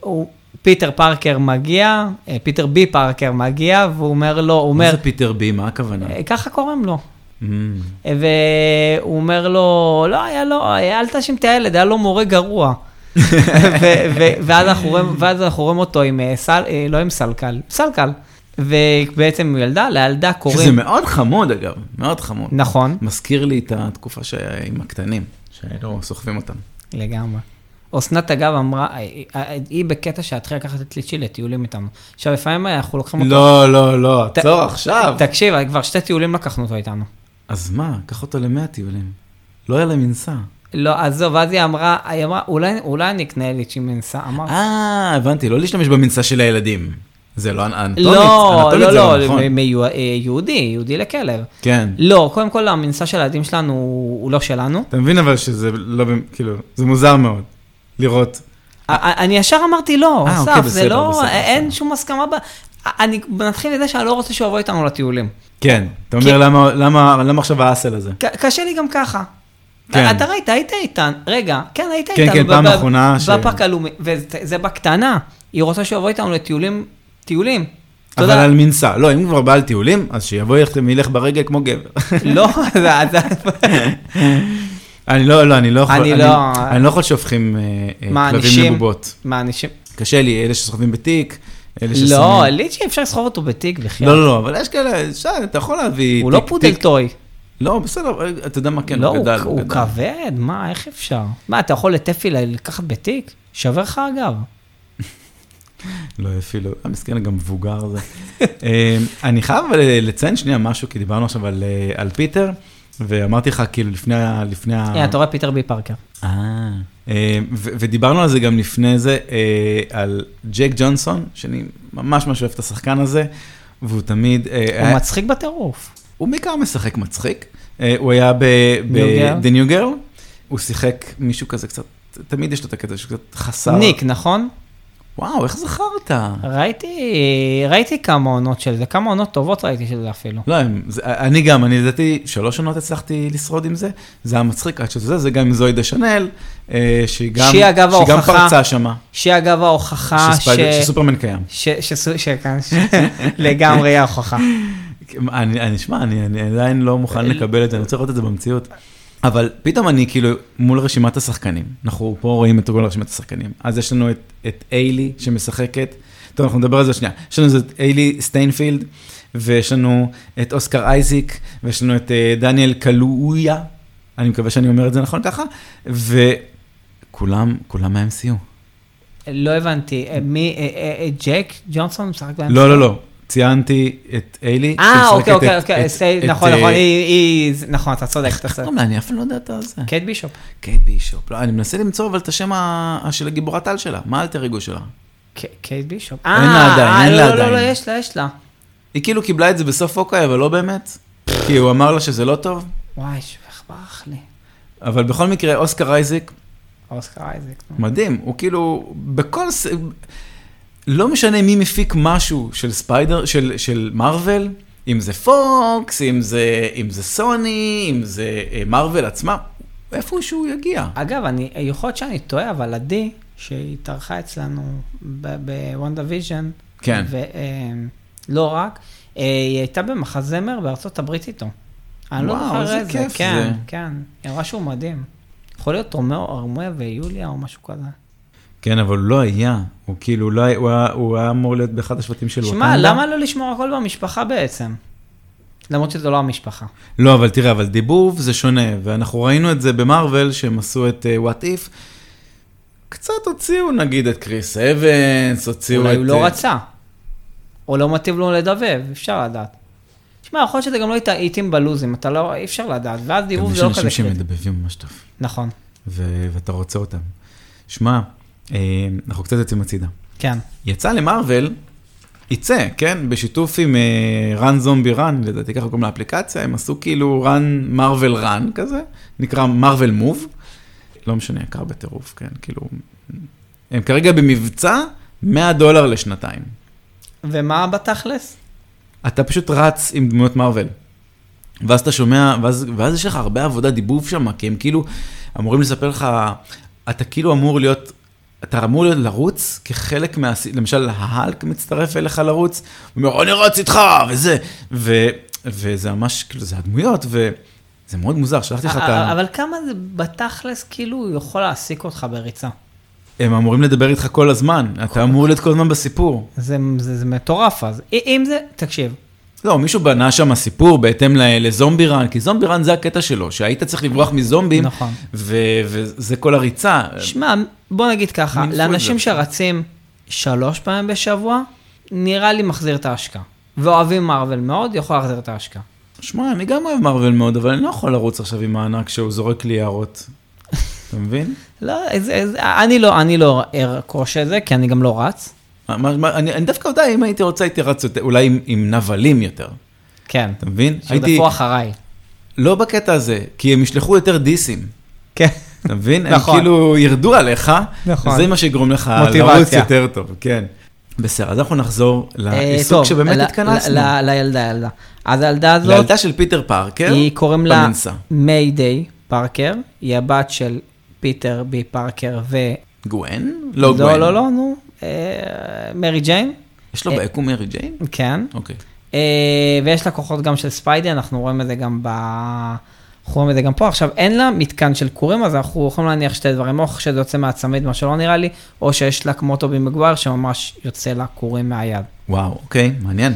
Speaker 2: הוא- פיטר פארקר מגיע, אה, פיטר בי פארקר מגיע, והוא אומר לו, הוא
Speaker 1: מה
Speaker 2: אומר,
Speaker 1: זה פיטר בי? מה הכוונה?
Speaker 2: אה, ככה קוראים לו.
Speaker 1: אמ,
Speaker 2: והוא אומר לו, לא, היה לו, אל תאשים את הילד, היה לו מורה גרוע. ו- ו- ואז אנחנו רואים- ואז אנחנו רואים אותו עם אה, סל, אה, לא עם סלקל, סלקל. ובעצם הוא ילדה, לילדה
Speaker 1: שזה
Speaker 2: קוראים,
Speaker 1: מאוד חמוד אגב, מאוד חמוד.
Speaker 2: נכון,
Speaker 1: מזכיר לי את התקופה שהיה עם הקטנים, שהיינו סוחבים אותם.
Speaker 2: לגמרי. אסנת אגב אמרה, אה, אה, היא בקטע שתתחיל לקחת את ליצ'י לטיולים איתנו. עכשיו לפעמים אה, אנחנו לוקחים אותו,
Speaker 1: לא, לא, לא,
Speaker 2: ת-
Speaker 1: עצור עכשיו.
Speaker 2: תקשיב, אה, כבר שתי טיולים לקחנו אותו איתנו.
Speaker 1: אז מה, קח אותו למאה טיולים. לא היה להם מנסה.
Speaker 2: לא, עזוב, אז היא אמרה, היא אמרה, "אולי- אולי אני אקנה ליצ'י מנסה, אמרתי.
Speaker 1: אה, הבנתי, לא להשתמש במנסה של הילדים. זה לא אנטונית,
Speaker 2: לא,
Speaker 1: אנטונית
Speaker 2: לא,
Speaker 1: זה
Speaker 2: לא,
Speaker 1: נכון.
Speaker 2: מ- מיוע- אה, יהודי, יהודי לכלב.
Speaker 1: כן.
Speaker 2: לא, קודם כל המנסה של הילדים שלנו הוא הוא לא שלנו.
Speaker 1: אתה מבין אבל שזה לא, במ- כאילו, זה מוזר מאוד לראות.
Speaker 2: א- א- אני ישר אמרתי לא,
Speaker 1: אה, אוקיי,
Speaker 2: אסף, זה
Speaker 1: בסדר,
Speaker 2: לא,
Speaker 1: בסדר,
Speaker 2: אין
Speaker 1: בסדר.
Speaker 2: שום הסכמה. ב- א- אני נתחיל מזה שאני לא רוצה שהוא יבוא איתנו לטיולים.
Speaker 1: כן, אתה אומר למה, למה, למה עכשיו האסל הזה?
Speaker 2: ק- קשה לי גם ככה.
Speaker 1: כן.
Speaker 2: אתה ראית, היית איתן, רגע, כן, היית
Speaker 1: כן,
Speaker 2: איתנו.
Speaker 1: כן,
Speaker 2: ב-
Speaker 1: פעם
Speaker 2: ב-
Speaker 1: אחרונה ש-
Speaker 2: בפארק הלאומי, וזה בקטנה, היא רוצה שהוא יבוא איתנו לטיולים, טיולים. אתה
Speaker 1: אבל
Speaker 2: יודע-
Speaker 1: על מנסה. לא, אם כבר בעל טיולים, אז שיבוא ילך- וילך ברגל כמו גבר.
Speaker 2: לא, זה- זה-
Speaker 1: אני לא, לא, אני לא יכול,
Speaker 2: אני
Speaker 1: אני,
Speaker 2: לא-
Speaker 1: אני לא יכול שהופכים אה, אה,
Speaker 2: מענישים.
Speaker 1: כלבים לבובות.
Speaker 2: מה, אנשים...
Speaker 1: קשה לי, אלה שסוחבים בתיק, אלה ששמים...
Speaker 2: לא, ליצ'י אפשר לסחוב אותו בתיק, בחייאת.
Speaker 1: לא, לא, לא, אבל יש כאלה, שי, אתה יכול להביא...
Speaker 2: כן. הוא
Speaker 1: תיק-
Speaker 2: לא פודל
Speaker 1: תיק-
Speaker 2: טוי.
Speaker 1: לא, בסדר, אבל אתה יודע מה, כן,
Speaker 2: לא,
Speaker 1: הוא גדל.
Speaker 2: הוא
Speaker 1: גדל.
Speaker 2: כבד, מה, איך אפשר? מה, אתה יכול לטפי ל- לקחת בתיק? שווה לך אגב.
Speaker 1: אה. לא, אפילו, המסכן גם מבוגר הזה. אה, אני חייב אבל, אה, לציין שנייה משהו, כי דיברנו עכשיו על, אה, על פיטר, ואמרתי לך, כאילו, לפני ה... לפני ה...
Speaker 2: הנה, אתה רואה פיטר בי פארקר.
Speaker 1: אה, אה, ו- ודיברנו על זה גם לפני זה, אה, על ג'ק ג'ונסון, שאני ממש ממש אוהב את השחקן הזה, והוא תמיד... אה,
Speaker 2: הוא
Speaker 1: היה-
Speaker 2: מצחיק בטירוף.
Speaker 1: הוא בעיקר משחק מצחיק. אה, הוא היה
Speaker 2: Girl.
Speaker 1: ב-The New Girl, הוא שיחק מישהו כזה קצת, תמיד יש לו את הקטע שהוא קצת חסר.
Speaker 2: ניק, נכון?
Speaker 1: וואו, איך זכרת?
Speaker 2: ראיתי, ראיתי כמה עונות של זה, כמה עונות טובות ראיתי של זה אפילו.
Speaker 1: לא, הם- זה- אני גם, אני לדעתי שלוש עונות הצלחתי לשרוד עם זה, זה היה מצחיק עד שזה, זה גם עם זוידה שנל, אה, שהיא גם
Speaker 2: שהיא אגב
Speaker 1: שהיא גם
Speaker 2: ההוכחה-
Speaker 1: פרצה שמה,
Speaker 2: שהיא אגב ההוכחה ש...
Speaker 1: שספיידר- שסופרמן קיים.
Speaker 2: ש... שסו- שכאן, ש... לגמרי ההוכחה.
Speaker 1: אני, אני שמע, אני, אני עדיין לא מוכן לקבל את זה, אני רוצה לראות את זה במציאות. אבל פתאום אני כאילו מול רשימת השחקנים, אנחנו פה רואים את כל רשימת השחקנים. אז יש לנו את, את איילי שמשחקת, טוב, אנחנו נדבר על זה שנייה. יש לנו את איילי סטיינפילד, ויש לנו את אוסקר אייזיק, ויש לנו את אה, דניאל קלויה, אני מקווה שאני אומר את זה נכון ככה, וכולם, כולם מה-MCU.
Speaker 2: לא הבנתי, אה, מי, אה, אה, אה, ג'ק ג'ונסון משחק בהם?
Speaker 1: לא, לא, לא, ציינתי את איילי,
Speaker 2: אה,
Speaker 1: שמשחקת
Speaker 2: אוקיי, אוקיי,
Speaker 1: את-
Speaker 2: אוקיי,
Speaker 1: את-
Speaker 2: סי-
Speaker 1: את,
Speaker 2: נכון,
Speaker 1: אה,
Speaker 2: נכון, היא- היא, זה- נכון, אתה צודק, אתה
Speaker 1: איך
Speaker 2: צודק.
Speaker 1: קוראים לה? אני אף פעם לא יודע את זה.
Speaker 2: קייט בישופ.
Speaker 1: קייט בישופ. לא, אני מנסה למצוא אבל את השם ה- ה- של הגיבורת על שלה. מה האלטר אגו שלה?
Speaker 2: ק- קייט בישופ.
Speaker 1: אין לה
Speaker 2: אה,
Speaker 1: עדיין,
Speaker 2: אה,
Speaker 1: אין לה
Speaker 2: לא, לא, לא,
Speaker 1: עדיין.
Speaker 2: יש לה, יש לה.
Speaker 1: היא כאילו קיבלה את זה בסוף אוקיי, אבל לא באמת. כי הוא אמר לה שזה לא טוב.
Speaker 2: וואי, איך ברח לי.
Speaker 1: אבל בכל מקרה, אוסקר אייזיק,
Speaker 2: אוסקר אייזק. נו.
Speaker 1: מדהים. הוא כאילו, בכל... ס- לא משנה מי מפיק משהו של ספיידר, של, של מארוול, אם זה פוקס, אם זה, אם זה סוני, אם זה אה, מארוול עצמה, איפה שהוא יגיע.
Speaker 2: אגב, אני, יכול להיות שאני טועה, אבל עדי, שהיא התארחה אצלנו בוונדה ויז'ן,
Speaker 1: כן.
Speaker 2: ולא אה, רק, אה, היא הייתה במחזמר בארצות הברית איתו. אני לא
Speaker 1: וואו,
Speaker 2: זוכר
Speaker 1: איזה
Speaker 2: איזה,
Speaker 1: כיף
Speaker 2: כן,
Speaker 1: זה.
Speaker 2: כן, היא אמרה שהוא מדהים. יכול להיות רומאו, רומאו ויוליה או משהו כזה.
Speaker 1: כן, אבל הוא לא היה. הוא כאילו, לא היה- הוא היה- הוא היה אמור להיות באחד השבטים של
Speaker 2: שמע, למה לא לשמור הכל במשפחה בעצם? למרות שזו לא המשפחה.
Speaker 1: לא, אבל תראה, אבל דיבוב זה שונה, ואנחנו ראינו את זה במרוויל, שהם עשו את וואט uh, איף. קצת הוציאו נגיד את קריס אבנס, הוציאו את...
Speaker 2: אולי הוא לא
Speaker 1: אה,
Speaker 2: רצה. או לא מתאים לו לדבב, אפשר לדעת. שמע, יכול להיות שזה גם לא ית- התאים בלוזים, אתה לא, אי אפשר לדעת, ואז
Speaker 1: גם
Speaker 2: דיבוב
Speaker 1: יש
Speaker 2: זה לא כזה
Speaker 1: אנשים
Speaker 2: קריטי.
Speaker 1: שמדבבים ממש טוב,
Speaker 2: נכון,
Speaker 1: ו- ואתה רוצה אותם. שמע, אה, אנחנו קצת יוצאים הצידה.
Speaker 2: כן.
Speaker 1: יצא למרוויל, יצא, כן? בשיתוף עם אה, רן זומבי רן, לדעתי ככה קוראים לאפליקציה, הם עשו כאילו רן, מרוויל רן כזה, נקרא מרוויל מוב. לא משנה, יקר בטירוף, כן? כאילו, הם כרגע במבצע 100 דולר לשנתיים.
Speaker 2: ומה בתכלס?
Speaker 1: אתה פשוט רץ עם דמויות מארוול. ואז אתה שומע, ואז, ואז יש לך הרבה עבודה דיבוב שם, כי הם כאילו אמורים לספר לך, אתה כאילו אמור להיות, אתה אמור להיות לרוץ כחלק מה... למשל, ההלק מצטרף אליך לרוץ, הוא אומר, אני רץ איתך, וזה, ו, וזה ממש, כאילו, זה הדמויות, וזה מאוד מוזר, שלחתי לך את
Speaker 2: א- א-
Speaker 1: ה...
Speaker 2: אבל כמה זה בתכלס, כאילו, הוא יכול להעסיק אותך בריצה.
Speaker 1: הם אמורים לדבר איתך כל הזמן, אתה אמור להיות כל הזמן בסיפור.
Speaker 2: זה, זה, זה מטורף, אז אי- אם זה, תקשיב,
Speaker 1: לא, מישהו בנה שם סיפור בהתאם ל- לזומבי רן, כי זומבי רן זה הקטע שלו, שהיית צריך לברוח מזומבים,
Speaker 2: נכון.
Speaker 1: ו- וזה כל הריצה.
Speaker 2: שמע, בוא נגיד ככה,
Speaker 1: מין לא. פול
Speaker 2: לאנשים
Speaker 1: זה.
Speaker 2: שרצים שלוש פעמים בשבוע, נראה לי מחזיר את ההשקעה. ואוהבים מארוול מאוד, יכול להחזיר את ההשקעה.
Speaker 1: שמע, אני גם אוהב מארוול מאוד, אבל אני לא יכול לרוץ עכשיו עם הענק שהוא זורק לי הערות. אתה מבין?
Speaker 2: לא, זה, זה, אני לא, אני לא ארכוש את זה, כי אני גם לא רץ.
Speaker 1: מה- מה- מה- אני אני דווקא יודע, אם הייתי רוצה, הייתי רץ יותר, אולי עם- עם נבלים יותר.
Speaker 2: כן,
Speaker 1: אתה מבין? הייתי
Speaker 2: שותפו אחריי.
Speaker 1: לא בקטע הזה, כי הם ישלחו יותר דיסים.
Speaker 2: כן.
Speaker 1: אתה מבין?
Speaker 2: נכון.
Speaker 1: הם כאילו ירדו עליך,
Speaker 2: נכון.
Speaker 1: זה מה שיגרום לך
Speaker 2: מוטיבציה. אה,
Speaker 1: לרוץ יותר טוב, כן. בסדר, אז אנחנו נחזור לעיסוק שבאמת התכנסנו.
Speaker 2: לילדה, ילדה. אז הילדה הזאת,
Speaker 1: לילדה של פיטר פארקר,
Speaker 2: לא. היא קוראים לה
Speaker 1: במנסה.
Speaker 2: מיידיי פארקר, היא הבת של פיטר בי פארקר ו...
Speaker 1: גוון? לא גוון.
Speaker 2: לא, לא, לא, נו. אה, מרי ג'יין,
Speaker 1: יש לו
Speaker 2: אה,
Speaker 1: ביקום מרי ג'יין?
Speaker 2: כן.
Speaker 1: אוקיי.
Speaker 2: אה, ויש לה כוחות גם של ספיידי, אנחנו רואים את זה גם ב... אנחנו רואים את זה גם פה. עכשיו, אין לה מתקן של כורים, אז אנחנו יכולים להניח שתי דברים, או שזה יוצא מהצמיד, מה שלא נראה לי, או שיש לה כמו טובי מגווייר, שממש יוצא לה כורים מהיד.
Speaker 1: וואו, אוקיי, מעניין.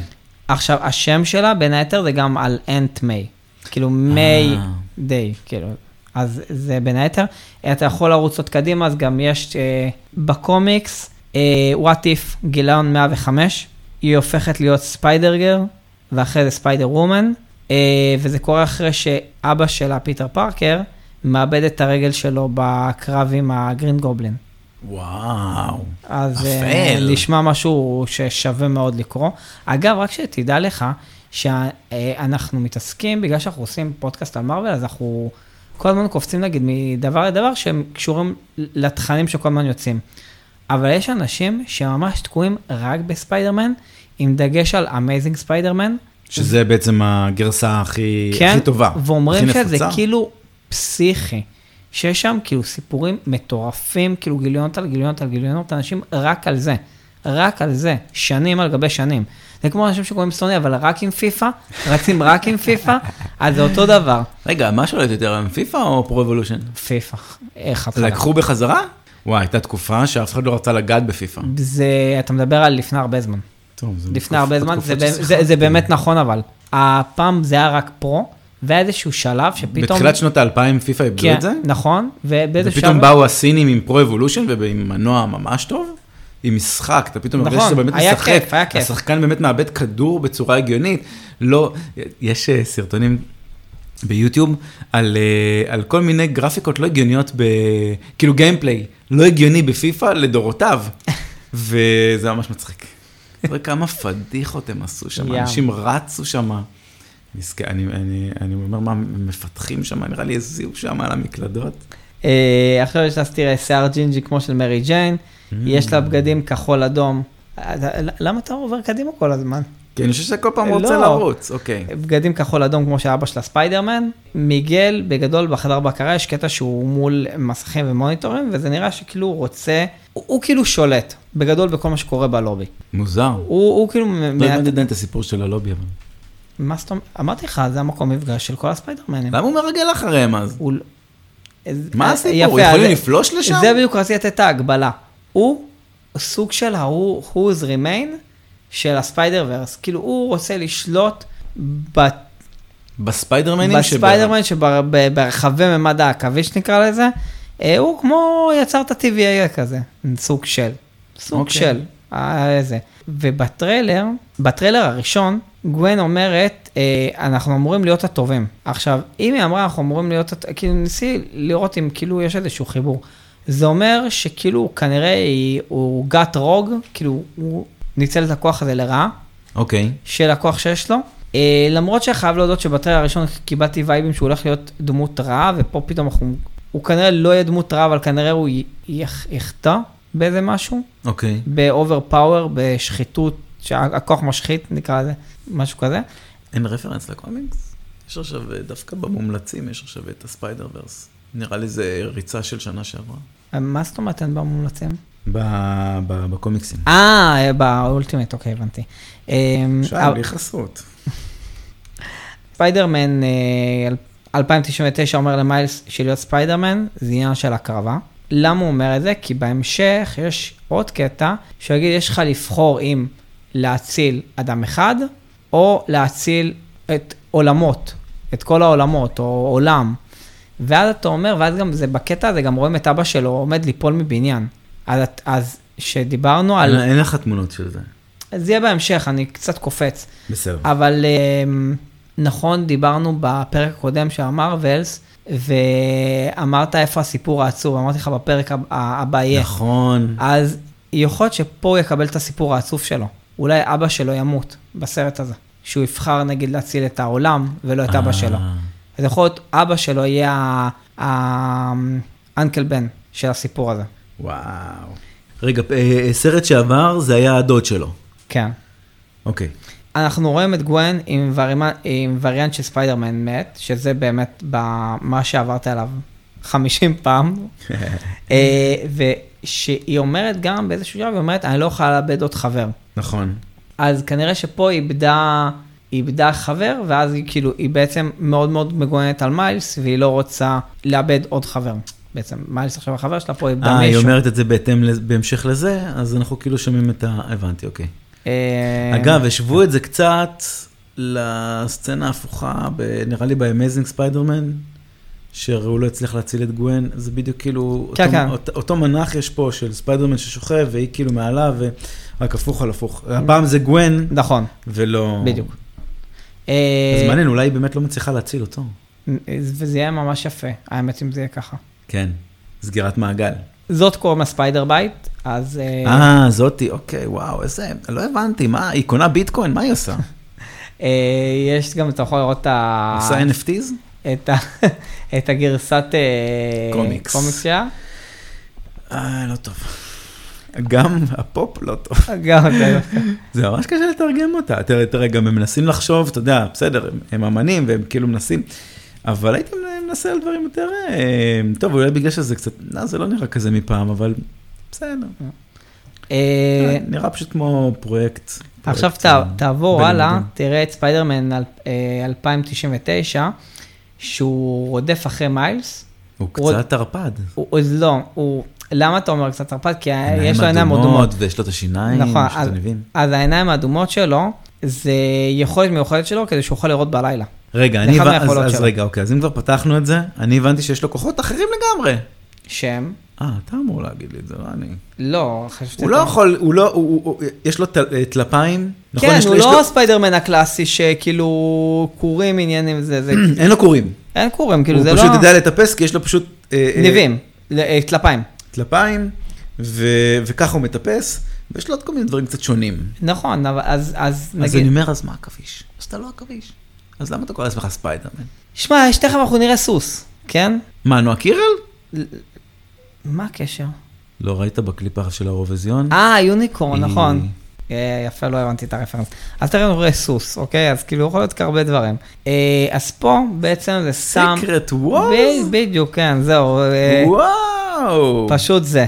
Speaker 2: עכשיו, השם שלה, בין היתר, זה גם על אנט מיי. כאילו, מיי
Speaker 1: אה.
Speaker 2: דיי, כאילו. אז זה בין היתר. אתה יכול לרוץ עוד קדימה, אז גם יש אה, בקומיקס, אה, What If, גיליון 105, היא הופכת להיות ספיידר גר, ואחרי זה ספיידר וומן, אה, וזה קורה אחרי שאבא שלה, פיטר פארקר, מאבד את הרגל שלו בקרב עם הגרין גובלין.
Speaker 1: וואו.
Speaker 2: אז אה,
Speaker 1: אפל.
Speaker 2: נשמע משהו ששווה מאוד לקרוא. אגב, רק שתדע לך שאנחנו מתעסקים, בגלל שאנחנו עושים פודקאסט על מארוול, אז אנחנו כל הזמן קופצים נגיד מדבר לדבר שהם קשורים לתכנים שכל הזמן יוצאים. אבל יש אנשים שממש תקועים רק בספיידרמן, עם דגש על אמייזינג ספיידרמן.
Speaker 1: שזה בעצם הגרסה הכי,
Speaker 2: כן,
Speaker 1: הכי טובה,
Speaker 2: ואומרים
Speaker 1: הכי
Speaker 2: שזה
Speaker 1: נפוצה.
Speaker 2: כאילו פסיכי, שיש שם כאילו סיפורים מטורפים, כאילו גיליונות על גיליונות על גיליונות, אנשים רק על זה, רק על זה, שנים על גבי שנים. זה כמו אנשים שקוראים סוני, אבל רק עם פיפא, רצים רק עם פיפא, אז זה אותו דבר.
Speaker 1: רגע, מה שולט יותר, פיפא או פרו אבולושן?
Speaker 2: פיפא, איך התחלה.
Speaker 1: לקחו בחזרה? וואי, הייתה תקופה שאף אחד לא רצה לגעת בפיפא.
Speaker 2: זה, אתה מדבר על לפני הרבה זמן.
Speaker 1: טוב, זה
Speaker 2: לפני הרבה זמן, זה,
Speaker 1: בתקופות
Speaker 2: באמת- זה, זה באמת נכון אבל. הפעם זה היה רק פרו, והיה איזשהו שלב שפתאום...
Speaker 1: בתחילת שנות האלפיים פיפא איבדו
Speaker 2: כן,
Speaker 1: את זה,
Speaker 2: נכון, ובאיזשהו
Speaker 1: ופתאום באו הסינים עם פרו אבולושן ועם מנוע ממש טוב, עם משחק, אתה פתאום מרגיש
Speaker 2: נכון,
Speaker 1: שזה באמת
Speaker 2: היה
Speaker 1: משחק,
Speaker 2: כיף, היה כיף.
Speaker 1: השחקן באמת מאבד כדור בצורה הגיונית, לא, יש אה, סרטונים ביוטיוב על, אה, על כל מיני גרפיקות לא הגיוניות, ב, כאילו גיימפליי, לא הגיוני בפיפא לדורותיו, וזה ממש מצחיק. תראה כמה פדיחות הם עשו שם,
Speaker 2: ים.
Speaker 1: אנשים רצו שם. נזכר, אני, אני, אני אומר מה מפתחים שם, נראה לי הזיעו שם על המקלדות.
Speaker 2: אה, עכשיו יש לה, תראה, שיער ג'ינג'י כמו של מרי ג'יין,
Speaker 1: Mm.
Speaker 2: יש לה בגדים כחול אדום. אה, ל- למה אתה עובר קדימה כל הזמן?
Speaker 1: כן, אני חושב שכל פעם הוא
Speaker 2: לא.
Speaker 1: רוצה לרוץ, אוקיי.
Speaker 2: בגדים כחול אדום כמו של אבא שלה ספיידרמן. מיגל, בגדול, בחדר בקרה יש קטע שהוא מול מסכים ומוניטורים, וזה נראה שכאילו הוא רוצה, הוא, הוא כאילו שולט, בגדול, בכל מה שקורה בלובי.
Speaker 1: מוזר.
Speaker 2: הוא, הוא כאילו... מ-
Speaker 1: לא
Speaker 2: מה-
Speaker 1: הבנתי עדיין את הסיפור של הלובי, אבל.
Speaker 2: מה זאת אומרת? אמרתי לך, זה המקום מפגש של כל הספיידרמנים.
Speaker 1: למה הוא מרגל אחריהם אז?
Speaker 2: הוא... לא- אז-
Speaker 1: מה
Speaker 2: אה,
Speaker 1: הסיפור?
Speaker 2: יפה,
Speaker 1: יכולים
Speaker 2: אז-
Speaker 1: לפלוש לשם?
Speaker 2: זה בדיוק רציתי לתת את ההגבלה. הוא סוג של ה-who's remain של הספיידר ורס. כאילו, הוא רוצה לשלוט בת...
Speaker 1: בספיידרמנים שב-
Speaker 2: בספיידרמן שברחבי ממד העכביש נקרא לזה, אה, הוא כמו יצר את ה-TVA כזה, סוג של, סוג
Speaker 1: אוקיי.
Speaker 2: של, אה, זה. ובטריילר, בטריילר הראשון, גווין אומרת, אה, אנחנו אמורים להיות הטובים. עכשיו, אם היא אמרה, אנחנו אמורים להיות, הט- כאילו, ניסי לראות אם כאילו יש איזשהו חיבור. זה אומר שכאילו, כנראה היא, הוא גת רוג, כאילו, הוא ניצל את הכוח הזה לרעה.
Speaker 1: אוקיי.
Speaker 2: של הכוח שיש לו. אה, למרות שחייב להודות שבטריילר הראשון קיבלתי וייבים שהוא הולך להיות דמות רעה, ופה פתאום אנחנו... הוא כנראה לא יהיה דמות רעה, אבל כנראה הוא י- יח- יחטא באיזה משהו,
Speaker 1: אוקיי.
Speaker 2: באובר פאוור, בשחיתות, שהכוח משחית נקרא לזה, משהו כזה.
Speaker 1: אין רפרנס לקומיקס? יש עכשיו, אה, דווקא במומלצים יש עכשיו את הספיידר ורס. נראה לי זה ריצה של שנה שעברה.
Speaker 2: אה, מה זאת אומרת אין במומלצים?
Speaker 1: ב- ב- בקומיקסים.
Speaker 2: אה, אה, באולטימט, אוקיי, הבנתי. אה,
Speaker 1: שעה, בלי חסות.
Speaker 2: ספיידרמן אה, 2099 אומר למיילס שלהיות ספיידרמן זה עניין של הקרבה. למה הוא אומר את זה? כי בהמשך יש עוד קטע שהוא יגיד יש לך לבחור אם להציל אדם אחד או להציל את עולמות, את כל העולמות או עולם. ואז אתה אומר, ואז גם זה בקטע הזה גם רואים את אבא שלו עומד ליפול מבניין. אז, את- אז שדיברנו על,
Speaker 1: אין לך תמונות של זה.
Speaker 2: זה יהיה בהמשך, אני קצת קופץ.
Speaker 1: בסדר.
Speaker 2: אבל אמ, נכון, דיברנו בפרק הקודם של המרווילס, ואמרת איפה הסיפור העצוב, אמרתי לך בפרק הב- ה- הבא יהיה.
Speaker 1: נכון.
Speaker 2: אז יכול להיות שפה הוא יקבל את הסיפור העצוב שלו. אולי אבא שלו ימות בסרט הזה. שהוא יבחר נגיד להציל את העולם ולא את אבא
Speaker 1: אה.
Speaker 2: שלו. אז יכול להיות אבא שלו יהיה האנקל בן של הסיפור הזה.
Speaker 1: וואו. רגע, אה, אה, סרט שעבר זה היה הדוד שלו.
Speaker 2: כן.
Speaker 1: אוקיי.
Speaker 2: אנחנו רואים את גווין עם, ורימה, עם וריאנט של ספיידרמן מת, שזה באמת ב- מה שעברת עליו 50 פעם.
Speaker 1: כן.
Speaker 2: אה, ושהיא אומרת גם באיזשהו שלב, היא אומרת, אני לא יכולה לאבד עוד חבר.
Speaker 1: נכון.
Speaker 2: אז כנראה שפה היא איבדה, היא איבדה חבר, ואז היא כאילו, היא בעצם מאוד מאוד מגוננת על מיילס, והיא לא רוצה לאבד עוד חבר. בעצם, מיילס עכשיו החבר שלה פה איבדה
Speaker 1: אה, היא
Speaker 2: מישהו.
Speaker 1: אומרת את זה בהתאם, לזה- בהמשך לזה, אז אנחנו כאילו שומעים את ה... הבנתי, אוקיי.
Speaker 2: אה,
Speaker 1: אגב, השוו את זה קצת לסצנה ההפוכה, ב- נראה לי ב-Amazing ספיידרמן, שהוא לא הצליח להציל את גווין, זה בדיוק כאילו,
Speaker 2: כן,
Speaker 1: אותו,
Speaker 2: כן.
Speaker 1: אותו, אותו מנח יש פה של ספיידרמן ששוכב, והיא כאילו מעליו, ורק הפוך על הפוך. הפעם זה גווין,
Speaker 2: נכון,
Speaker 1: ולא...
Speaker 2: בדיוק.
Speaker 1: אז
Speaker 2: אה,
Speaker 1: מעניין, אולי היא באמת לא מצליחה להציל אותו.
Speaker 2: וזה יהיה ממש יפה, האמת אם זה יהיה ככה.
Speaker 1: כן, סגירת מעגל.
Speaker 2: זאת קוראים לה ספיידר בייט, אז אה,
Speaker 1: אה, זאתי, אוקיי, וואו, איזה... לא הבנתי, מה, היא קונה ביטקוין, מה היא עושה?
Speaker 2: אה, יש גם, אתה יכול לראות את ה-
Speaker 1: עושה NFTs?
Speaker 2: את ה- את הגרסת אה,
Speaker 1: קומיקס.
Speaker 2: שלה.
Speaker 1: אה, לא טוב. גם הפופ לא טוב.
Speaker 2: גם אתה.
Speaker 1: זה ממש קשה לתרגם אותה. תראה, תראה, גם הם מנסים לחשוב, אתה יודע, בסדר, הם- הם אמנים והם כאילו מנסים, אבל הייתי מנסה על דברים יותר... אה, טוב, אולי בגלל שזה קצת, לא, זה לא נראה כזה מפעם, אבל בסדר.
Speaker 2: אה,
Speaker 1: נראה פשוט כמו פרויקט.
Speaker 2: עכשיו
Speaker 1: פרויקט,
Speaker 2: תע-
Speaker 1: אה,
Speaker 2: תעבור
Speaker 1: בלימודים.
Speaker 2: הלאה, תראה את ספיידרמן אל- אה, 2099, שהוא רודף אחרי מיילס.
Speaker 1: הוא
Speaker 2: הוא-
Speaker 1: קצת ערפד.
Speaker 2: הוא עוד לא, הוא... למה אתה אומר קצת ערפד? כי אה, יש
Speaker 1: עיניים
Speaker 2: לו עיניים אדומות.
Speaker 1: אדומות, ויש לו את השיניים,
Speaker 2: נכון,
Speaker 1: יש לו את
Speaker 2: אז-
Speaker 1: הניבים.
Speaker 2: אז העיניים האדומות שלו, זה יכולת מיוחדת שלו כדי שהוא יוכל לראות בלילה.
Speaker 1: רגע,
Speaker 2: זה
Speaker 1: אני
Speaker 2: אחד
Speaker 1: הבנ- אז
Speaker 2: מהיכולות
Speaker 1: אז
Speaker 2: שלו.
Speaker 1: רגע, אוקיי, אז אם כבר פתחנו את זה, אני הבנתי שיש לו כוחות אחרים לגמרי.
Speaker 2: שם,
Speaker 1: אה, אתה אמור להגיד לי את זה, לא אני.
Speaker 2: לא, חשבתי...
Speaker 1: הוא לא יכול, הוא לא, הוא- הוא, הוא- יש לו טל- אה, טלפיים, נכון?
Speaker 2: כן,
Speaker 1: יש לו-
Speaker 2: הוא
Speaker 1: יש
Speaker 2: לא
Speaker 1: לו-
Speaker 2: הספיידרמן הקלאסי שכאילו קורים עניינים זה, זה...
Speaker 1: אין לו קורים.
Speaker 2: אין קורים, כאילו
Speaker 1: הוא
Speaker 2: זה לא...
Speaker 1: פשוט יודע אה, לטפס, כי יש לו פשוט... אה, אה,
Speaker 2: ניבים, ל- אה, טלפיים.
Speaker 1: טלפיים, ו- וככה הוא מטפס, ויש לו עוד כל מיני דברים קצת שונים.
Speaker 2: נכון, אבל אז, אז
Speaker 1: אז אני
Speaker 2: נגיד...
Speaker 1: אומר, אז מה עכביש? אז אתה לא עכביש. אז למה אתה קורא לעצמך ספיידרמן?
Speaker 2: שמע, יש- תכף אנחנו נראה סוס, כן?
Speaker 1: מה, נועה קירל?
Speaker 2: מה הקשר?
Speaker 1: לא ראית בקליפה של האירוויזיון?
Speaker 2: אה, יוניקורן,
Speaker 1: היא-
Speaker 2: נכון. אה, יפה, לא הבנתי את הרפרנס. אז תכף נראה סוס, אוקיי? אז כאילו יכול להיות כהרבה דברים. אה, אז פה בעצם זה סם...
Speaker 1: סיקרט וורז?
Speaker 2: ב- בדיוק, כן, זהו. אה,
Speaker 1: וואו!
Speaker 2: פשוט זה.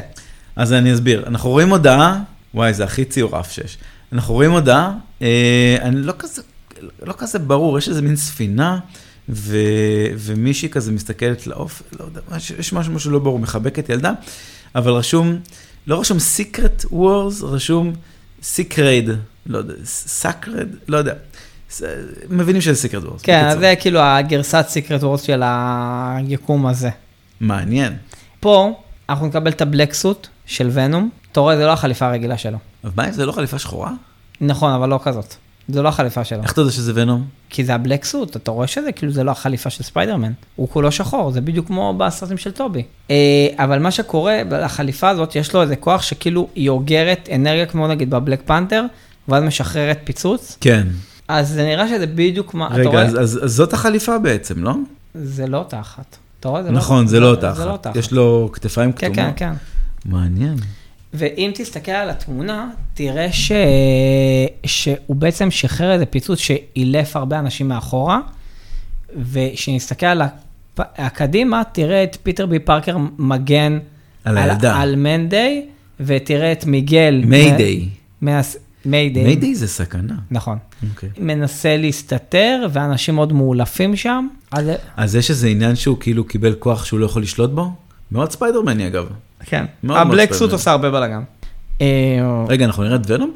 Speaker 1: אז אני אסביר. אנחנו רואים הודעה, וואי, זה הכי ציור אף שיש. אנחנו רואים הודעה, אה, אני לא כזה, לא כזה ברור, יש איזה מין ספינה, ו, ומישהי כזה מסתכלת לעוף, לא יודע, יש, יש משהו, משהו לא ברור, מחבקת ילדה, אבל רשום, לא רשום סיקרט וורס, רשום סיקרייד, לא יודע, סקרד, לא יודע. ס- מבינים שזה סיקרט וורס.
Speaker 2: כן, אז זה כאילו הגרסת סיקרט וורד של היקום הזה.
Speaker 1: מעניין.
Speaker 2: פה אנחנו נקבל את הבלקסוט של ונום. אתה רואה, זה לא החליפה הרגילה שלו.
Speaker 1: אבל מה אם זה לא חליפה שחורה?
Speaker 2: נכון, אבל לא כזאת. זה לא החליפה שלו.
Speaker 1: איך אתה יודע שזה ונום?
Speaker 2: כי זה הבלקסוט, אתה רואה שזה כאילו זה לא החליפה של ספיידרמן, הוא כולו שחור, זה בדיוק כמו בסרטים של טובי. אה, אבל מה שקורה, החליפה הזאת, יש לו איזה כוח שכאילו היא אוגרת אנרגיה כמו נגיד בבלק פנתר, ואז משחררת פיצוץ,
Speaker 1: כן.
Speaker 2: אז זה נראה שזה בדיוק מה, אה, אתה
Speaker 1: רגע,
Speaker 2: רואה,
Speaker 1: אז, אז, אז זאת החליפה בעצם, לא?
Speaker 2: זה לא אותה אחת. אתה רואה, זה לא
Speaker 1: נכון, זה לא אותה
Speaker 2: זה לא
Speaker 1: אחת.
Speaker 2: אותה אחת.
Speaker 1: יש לו כתפיים
Speaker 2: כן,
Speaker 1: כתומות.
Speaker 2: כן, כן.
Speaker 1: מעניין.
Speaker 2: ואם תסתכל על התמונה, תראה ש... שהוא בעצם שחרר איזה פיצוץ שאילף הרבה אנשים מאחורה, וכשנסתכל על הפ... הקדימה, תראה את פיטר בי פארקר מגן
Speaker 1: על הילדה.
Speaker 2: על, על מנדיי, ותראה את מיגל.
Speaker 1: מיידיי.
Speaker 2: מנס... מיידיי.
Speaker 1: מיידיי זה סכנה.
Speaker 2: נכון.
Speaker 1: אוקיי.
Speaker 2: מנסה להסתתר, ואנשים עוד מאולפים שם. אז...
Speaker 1: אז יש איזה עניין שהוא כאילו קיבל כוח שהוא לא יכול לשלוט בו? מאוד ספיידרמני אגב.
Speaker 2: כן.
Speaker 1: מאוד
Speaker 2: הבלק
Speaker 1: מאוד
Speaker 2: סוט
Speaker 1: מעניין.
Speaker 2: עושה הרבה בלאגן. אה,
Speaker 1: רגע, אנחנו נראה את ונום?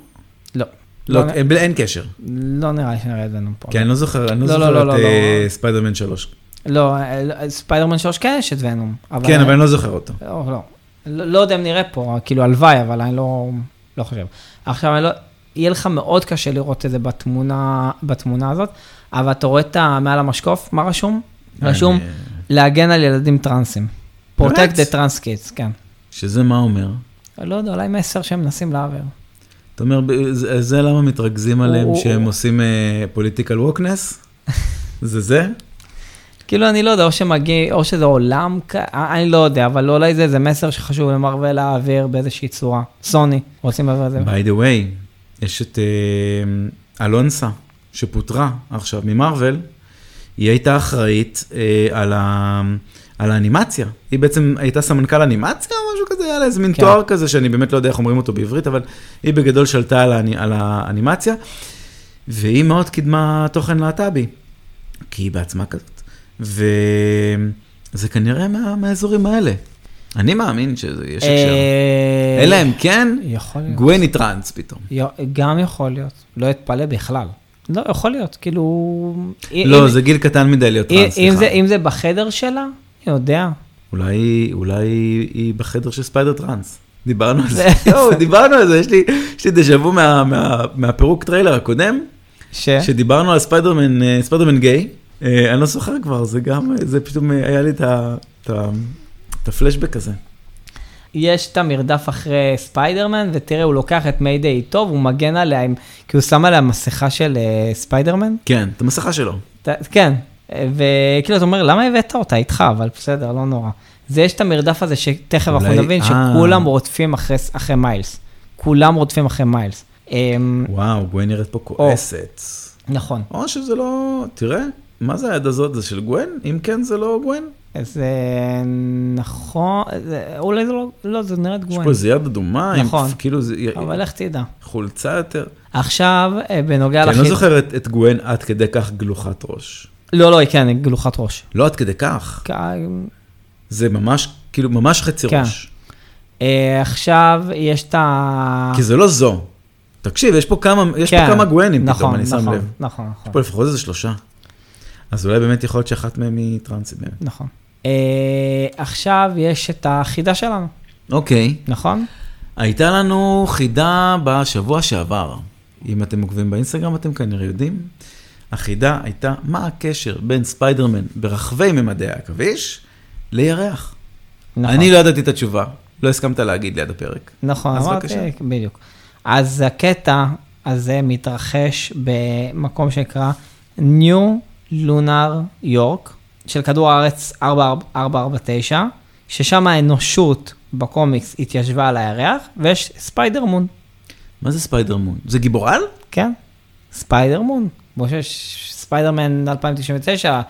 Speaker 2: לא.
Speaker 1: לא,
Speaker 2: לא,
Speaker 1: אין- אין קשר.
Speaker 2: לא נראה לי שנראה את זה לנו פה.
Speaker 1: כי אני לא זוכר, אני לא
Speaker 2: לא, לא,
Speaker 1: זוכר
Speaker 2: לא,
Speaker 1: את
Speaker 2: לא,
Speaker 1: אה,
Speaker 2: לא.
Speaker 1: ספיידרמן 3.
Speaker 2: לא, אה, ספיידרמן 3 כן יש את ונום.
Speaker 1: כן, אבל אני לא זוכר אותו.
Speaker 2: לא, לא. לא לא יודע אם נראה פה, כאילו הלוואי, אבל אני לא, לא חושב. עכשיו, אני לא... יהיה לך מאוד קשה לראות את זה בתמונה, בתמונה הזאת, אבל אתה רואה את ה... מעל המשקוף, מה רשום? רשום,
Speaker 1: אני- אה,
Speaker 2: להגן על ילדים טרנסים.
Speaker 1: באמת?
Speaker 2: פרוטקט דה טרנס קידס, כן.
Speaker 1: שזה מה אומר?
Speaker 2: לא יודע, אולי מסר שהם מנסים להעביר.
Speaker 1: אתה אומר, ב- זה- זה למה מתרכזים עליהם
Speaker 2: הוא-
Speaker 1: שהם
Speaker 2: הוא-
Speaker 1: עושים פוליטיקל ווקנס? זה זה?
Speaker 2: כאילו, אני לא יודע, או שמגיע, או שזה עולם, כ- אני לא יודע, אבל אולי זה איזה מסר שחשוב למרווה להעביר באיזושהי צורה. סוני, רוצים להעביר את זה.
Speaker 1: by the way, יש את אה, אלונסה, שפוטרה עכשיו ממרוויל, היא הייתה אחראית אה, על, ה, על האנימציה. היא בעצם הייתה סמנכ"ל אנימציה או משהו כזה, היה לה איזה מין
Speaker 2: כן.
Speaker 1: תואר כזה, שאני באמת לא יודע איך אומרים אותו בעברית, אבל היא בגדול שלטה על, האני- על האנימציה, והיא מאוד קידמה תוכן להט"בי, כי היא בעצמה כזאת. וזה כנראה מה, מהאזורים האלה. אני מאמין שיש הקשר.
Speaker 2: אה,
Speaker 1: אלא אם כן,
Speaker 2: יכול להיות.
Speaker 1: גוויני טראנס פתאום.
Speaker 2: יו- גם יכול להיות. לא אתפלא בכלל. לא, יכול להיות, כאילו...
Speaker 1: לא,
Speaker 2: אם-
Speaker 1: זה גיל קטן מדי להיות
Speaker 2: אם-
Speaker 1: טראנס,
Speaker 2: אם
Speaker 1: סליחה.
Speaker 2: זה- אם זה בחדר שלה, אני יודע.
Speaker 1: אולי אולי היא בחדר של ספיידר טראנס. דיברנו על זה. יואו, דיברנו על זה, יש לי- יש לי דז'ה וו מה- מה- מהפירוק טריילר הקודם,
Speaker 2: ש...
Speaker 1: שדיברנו על ספיידרמן, אה, ספיידרמן גיי. אה, אני לא זוכר כבר, זה גם, אה, זה פתאום אה, היה לי את ה- את ה- את הפלשבק הזה.
Speaker 2: יש את המרדף אחרי ספיידרמן, ותראה, הוא לוקח את מיידי איתו, והוא מגן עליה, עם- כי הוא שם עליה מסכה של אה, ספיידרמן.
Speaker 1: כן, את המסכה שלו.
Speaker 2: אתה- כן, אה, וכאילו, אתה אומר, למה הבאת אותה איתך? אבל בסדר, לא נורא. זה, יש את המרדף הזה, שתכף אנחנו
Speaker 1: אולי-
Speaker 2: נבין
Speaker 1: אה.
Speaker 2: שכולם רודפים אחרי- אחרי מיילס. כולם רודפים אחרי מיילס. אמ,
Speaker 1: וואו, גווין נראית פה כועסת.
Speaker 2: נכון.
Speaker 1: או שזה לא... תראה, מה זה היד הזאת? זה של גווין? אם כן, זה לא גווין?
Speaker 2: זה נכון, זה- אולי זה לא, לא, זה נראית
Speaker 1: יש
Speaker 2: גווין.
Speaker 1: פה איזה יד אדומה, עם
Speaker 2: נכון.
Speaker 1: כאילו זה...
Speaker 2: אבל איך תדע.
Speaker 1: חולצה יותר.
Speaker 2: עכשיו, אה, בנוגע
Speaker 1: כי אני לא
Speaker 2: לחיד-
Speaker 1: זוכר את- את גווין עד כדי כך גלוחת ראש.
Speaker 2: לא, לא, היא כן, היא גלוחת ראש. אה,
Speaker 1: לא עד כדי כך.
Speaker 2: כ-
Speaker 1: זה ממש, כאילו, ממש חצי
Speaker 2: כן.
Speaker 1: ראש.
Speaker 2: אה, עכשיו יש את ה...
Speaker 1: כי זה לא זו. תקשיב, יש פה כמה, יש פה
Speaker 2: אה. כן,
Speaker 1: כמה גווינים פתאום,
Speaker 2: נכון,
Speaker 1: אני שם
Speaker 2: נכון,
Speaker 1: לב.
Speaker 2: נכון,
Speaker 1: יש
Speaker 2: נכון.
Speaker 1: פה לפחות איזה שלושה. אז אולי באמת יכול להיות שאחת מהם היא טרנסית באמת.
Speaker 2: נכון. אה, עכשיו יש את החידה שלנו,
Speaker 3: אוקיי.
Speaker 2: נכון?
Speaker 3: הייתה לנו חידה בשבוע שעבר.
Speaker 1: אם אתם עוקבים באינסטגרם, אתם כנראה יודעים. החידה הייתה, מה הקשר בין ספיידרמן ברחבי ממדי העכביש לירח?
Speaker 2: נכון.
Speaker 3: אני לא ידעתי את התשובה, לא הסכמת להגיד ליד הפרק.
Speaker 2: נכון,
Speaker 3: אז
Speaker 2: אמרתי,
Speaker 3: בבקשה.
Speaker 2: בדיוק. אז הקטע הזה מתרחש במקום שנקרא ניו לונר יורק, של כדור הארץ 4449, ששם האנושות בקומיקס התיישבה על הירח, ויש ספיידר מון,
Speaker 3: מה זה ספיידר מון? זה גיבור על?
Speaker 2: כן? ספיידר מון. כמו שיש ספיידרמן 2099,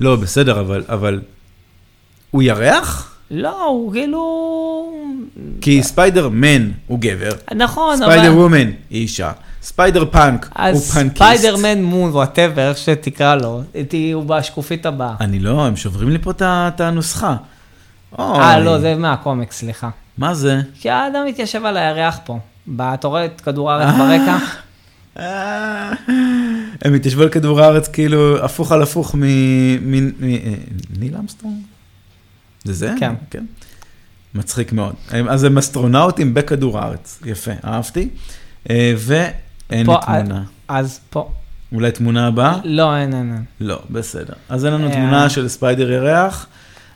Speaker 1: לא, בסדר, אבל, אבל... הוא ירח?
Speaker 2: לא, הוא כאילו...
Speaker 1: כי ספיידרמן הוא גבר,
Speaker 2: נכון, אבל...
Speaker 1: ספיידר וומן היא אישה, ספיידר פאנק הוא
Speaker 2: אז
Speaker 1: פאנקיסט.
Speaker 2: ספיידרמן מון, וואטאבר, איך שתקרא לו, ת- הוא בשקופית הבאה.
Speaker 1: אני לא, הם שוברים לי פה את ה- את הנוסחה.
Speaker 2: אה,
Speaker 1: אוי,
Speaker 2: לא, זה מהקומיקס, סליחה.
Speaker 1: מה זה?
Speaker 2: כי האדם התיישב על הירח פה. ב- אתה רואה את כדור הארץ ברקע?
Speaker 1: אה, הם התיישבו על כדור הארץ כאילו הפוך על הפוך מניל אה, אמסטרונג? זה זה?
Speaker 2: כן.
Speaker 1: מצחיק מאוד. הם- אז הם אסטרונאוטים בכדור הארץ. יפה, אהבתי. אה, ואין לי
Speaker 2: פה,
Speaker 1: תמונה.
Speaker 2: אז פה,
Speaker 1: אולי תמונה הבאה?
Speaker 2: לא, אין, אין, אין.
Speaker 1: לא, בסדר. אז אין לנו
Speaker 2: אה.
Speaker 1: תמונה של ספיידר ירח,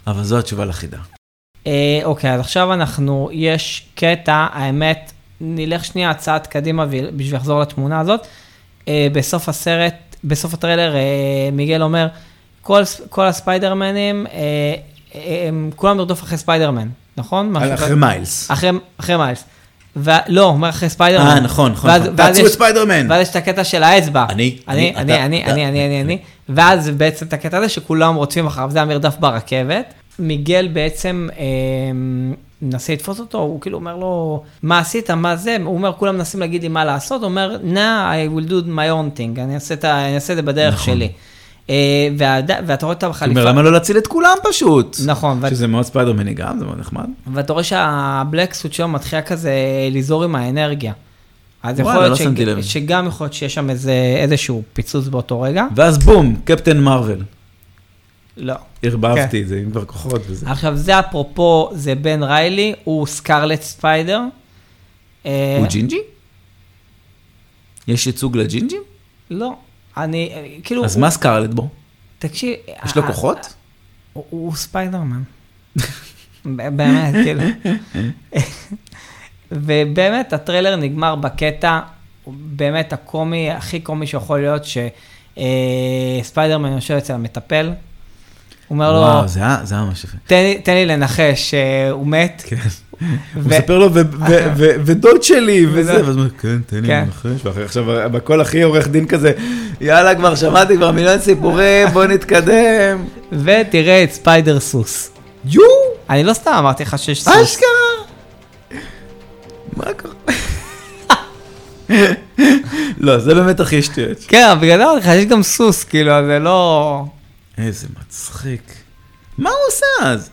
Speaker 1: אבל זו התשובה לחידה.
Speaker 2: אה, אוקיי, אז עכשיו אנחנו, יש קטע, האמת, נלך שנייה צעד קדימה ו- בשביל לחזור לתמונה הזאת. אה, בסוף הסרט, בסוף הטריילר, אה, מיגל אומר, כל, ס- כל הספיידרמנים, אה, אה, הם כולם לרדוף אחרי ספיידרמן, נכון? משהו
Speaker 1: על-
Speaker 2: כזה.
Speaker 1: אה, אחרי מיילס.
Speaker 2: אחרי, אחרי מיילס. ו... לא, הוא אומר אחרי ספיידרמן.
Speaker 1: אה, נכון, נכון.
Speaker 2: ואז-
Speaker 1: נכון.
Speaker 2: ואז
Speaker 1: תעצרו את
Speaker 2: יש-
Speaker 1: ספיידרמן.
Speaker 2: ואז יש את הקטע של האצבע.
Speaker 1: אני,
Speaker 2: אני,
Speaker 1: אני,
Speaker 2: אני,
Speaker 1: אתה,
Speaker 2: אני,
Speaker 1: אתה. כן.
Speaker 2: אני, אני, אני, אני. ואז בעצם את הקטע הזה שכולם רודפים אחריו, זה המרדף ברכבת. מיגל בעצם אה, מנסה לתפוס אותו, הוא כאילו אומר לו, מה עשית, מה זה? הוא אומר, כולם מנסים להגיד לי מה לעשות, הוא אומר, nah, I will do my own thing, אני אעשה את ה- אני אעשה את זה בדרך שלי. אה, והד- ואתה רואה את
Speaker 1: הוא
Speaker 2: החליפה.
Speaker 1: אומר, נכון. למה לא להציל את כולם פשוט?
Speaker 2: נכון, ואת-
Speaker 1: שזה מאוד ספיידרמני גם, זה מאוד נחמד.
Speaker 2: ואתה רואה שהבלק סוט שלו מתחילה כזה לזור עם האנרגיה. אז יכול
Speaker 1: וואלה,
Speaker 2: להיות
Speaker 1: לא
Speaker 2: שג-
Speaker 1: שמתי לב.
Speaker 2: שגם יכול להיות שיש שם איזה, איזשהו פיצוץ באותו רגע.
Speaker 1: ואז בום, קפטן מרוויל.
Speaker 2: לא.
Speaker 1: ערבבתי את זה עם כבר כוחות וזה.
Speaker 2: עכשיו זה אפרופו, זה בן ריילי, הוא סקרלט ספיידר. אה,
Speaker 3: הוא ג'ינג'י? יש ייצוג לג'ינג'י?
Speaker 2: לא. אני, אה, כאילו,
Speaker 3: אז
Speaker 2: הוא-
Speaker 3: מה סקרלט בו?
Speaker 2: תקשיב,
Speaker 3: יש לו
Speaker 2: אה,
Speaker 3: כוחות?
Speaker 2: הוא, הוא ספיידרמן. באמת, כאילו. ובאמת, הטריילר נגמר בקטע, באמת הקומי, הכי קומי שיכול להיות, שספיידרמן יושב אצל המטפל. הוא אומר לו,
Speaker 1: וואו, זה היה זה היה ממש יפה.
Speaker 2: תן, לי- תן לי לנחש שהוא מת.
Speaker 1: כן. הוא
Speaker 2: ו-
Speaker 1: מספר לו, "ו- ו- ו- ודוד שלי, וזה,
Speaker 2: וזה.
Speaker 1: ואז הוא אומר, כן, תן לי
Speaker 2: כן.
Speaker 1: לנחש. ועכשיו בקול הכי עורך דין כזה, יאללה, כבר שמעתי כבר מיליון סיפורים, בוא נתקדם.
Speaker 2: ותראה את ספיידר סוס.
Speaker 1: יו,
Speaker 2: אני לא סתם אמרתי לך שיש
Speaker 1: אה,
Speaker 2: סוס.
Speaker 1: אשכרה. מה קרה? לא, זה באמת הכי שטויות.
Speaker 2: כן, אבל בגלל זה אמרתי לך, יש גם סוס, כאילו, אז זה לא...
Speaker 1: איזה מצחיק. מה הוא עושה אז?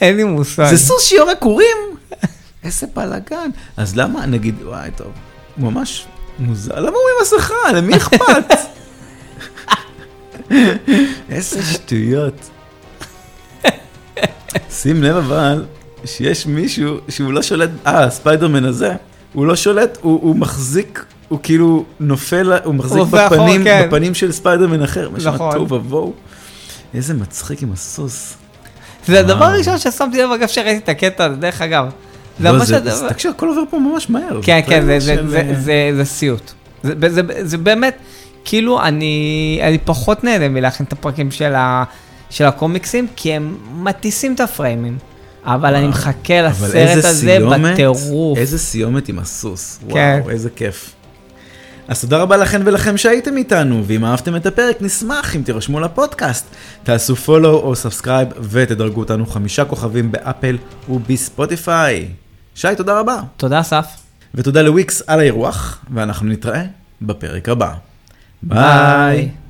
Speaker 2: אין לי מושג.
Speaker 1: זה סוס שיורק קורים? איזה בלאגן. אז למה, נגיד, וואי, טוב, הוא ממש מוזר, למה הוא עם מסכה? למי אכפת? איזה שטויות. שים לב אבל, שיש מישהו שהוא לא שולט, אה, הספיידרמן הזה, הוא לא שולט, הוא, הוא מחזיק, הוא כאילו נופל, הוא מחזיק
Speaker 2: הוא עובר אחורה,
Speaker 1: בפנים,
Speaker 2: כן.
Speaker 1: בפנים של ספיידרמן אחר, מה שם
Speaker 2: נכון.
Speaker 1: תוהו ובוהו. איזה מצחיק עם הסוס.
Speaker 2: זה הדבר
Speaker 1: וואו.
Speaker 2: הראשון ששמתי לב, אגב, שראיתי את הקטע הזה, דרך אגב. זה
Speaker 1: לא,
Speaker 2: ממש
Speaker 1: זה,
Speaker 2: הדבר-
Speaker 1: זה, תקשיב, הכל עובר פה ממש מהר.
Speaker 2: כן,
Speaker 1: זה
Speaker 2: כן,
Speaker 1: טריילר
Speaker 2: זה- זה-
Speaker 1: של,
Speaker 2: זה-
Speaker 1: אה,
Speaker 2: זה- זה סיוט. זה- זה- זה- זה באמת, כאילו, אני אני פחות נהנה מלהכין את הפרקים של ה- של הקומיקסים, כי הם מטיסים את הפריימים. אבל אני מחכה
Speaker 1: אבל
Speaker 2: לסרט
Speaker 1: איזה
Speaker 2: הזה
Speaker 1: סיומת,
Speaker 2: בטירוף.
Speaker 1: איזה סיומת עם הסוס,
Speaker 2: כן.
Speaker 1: וואו, איזה כיף. אז תודה רבה לכן ולכם שהייתם איתנו, ואם אהבתם את הפרק, נשמח אם תירשמו לפודקאסט. תעשו follow או סאבסקרייב ותדרגו אותנו חמישה כוכבים באפל ובספוטיפיי. שי, תודה רבה.
Speaker 2: תודה, אסף.
Speaker 1: ותודה לוויקס על האירוח, ואנחנו נתראה בפרק הבא. ביי.
Speaker 2: ביי.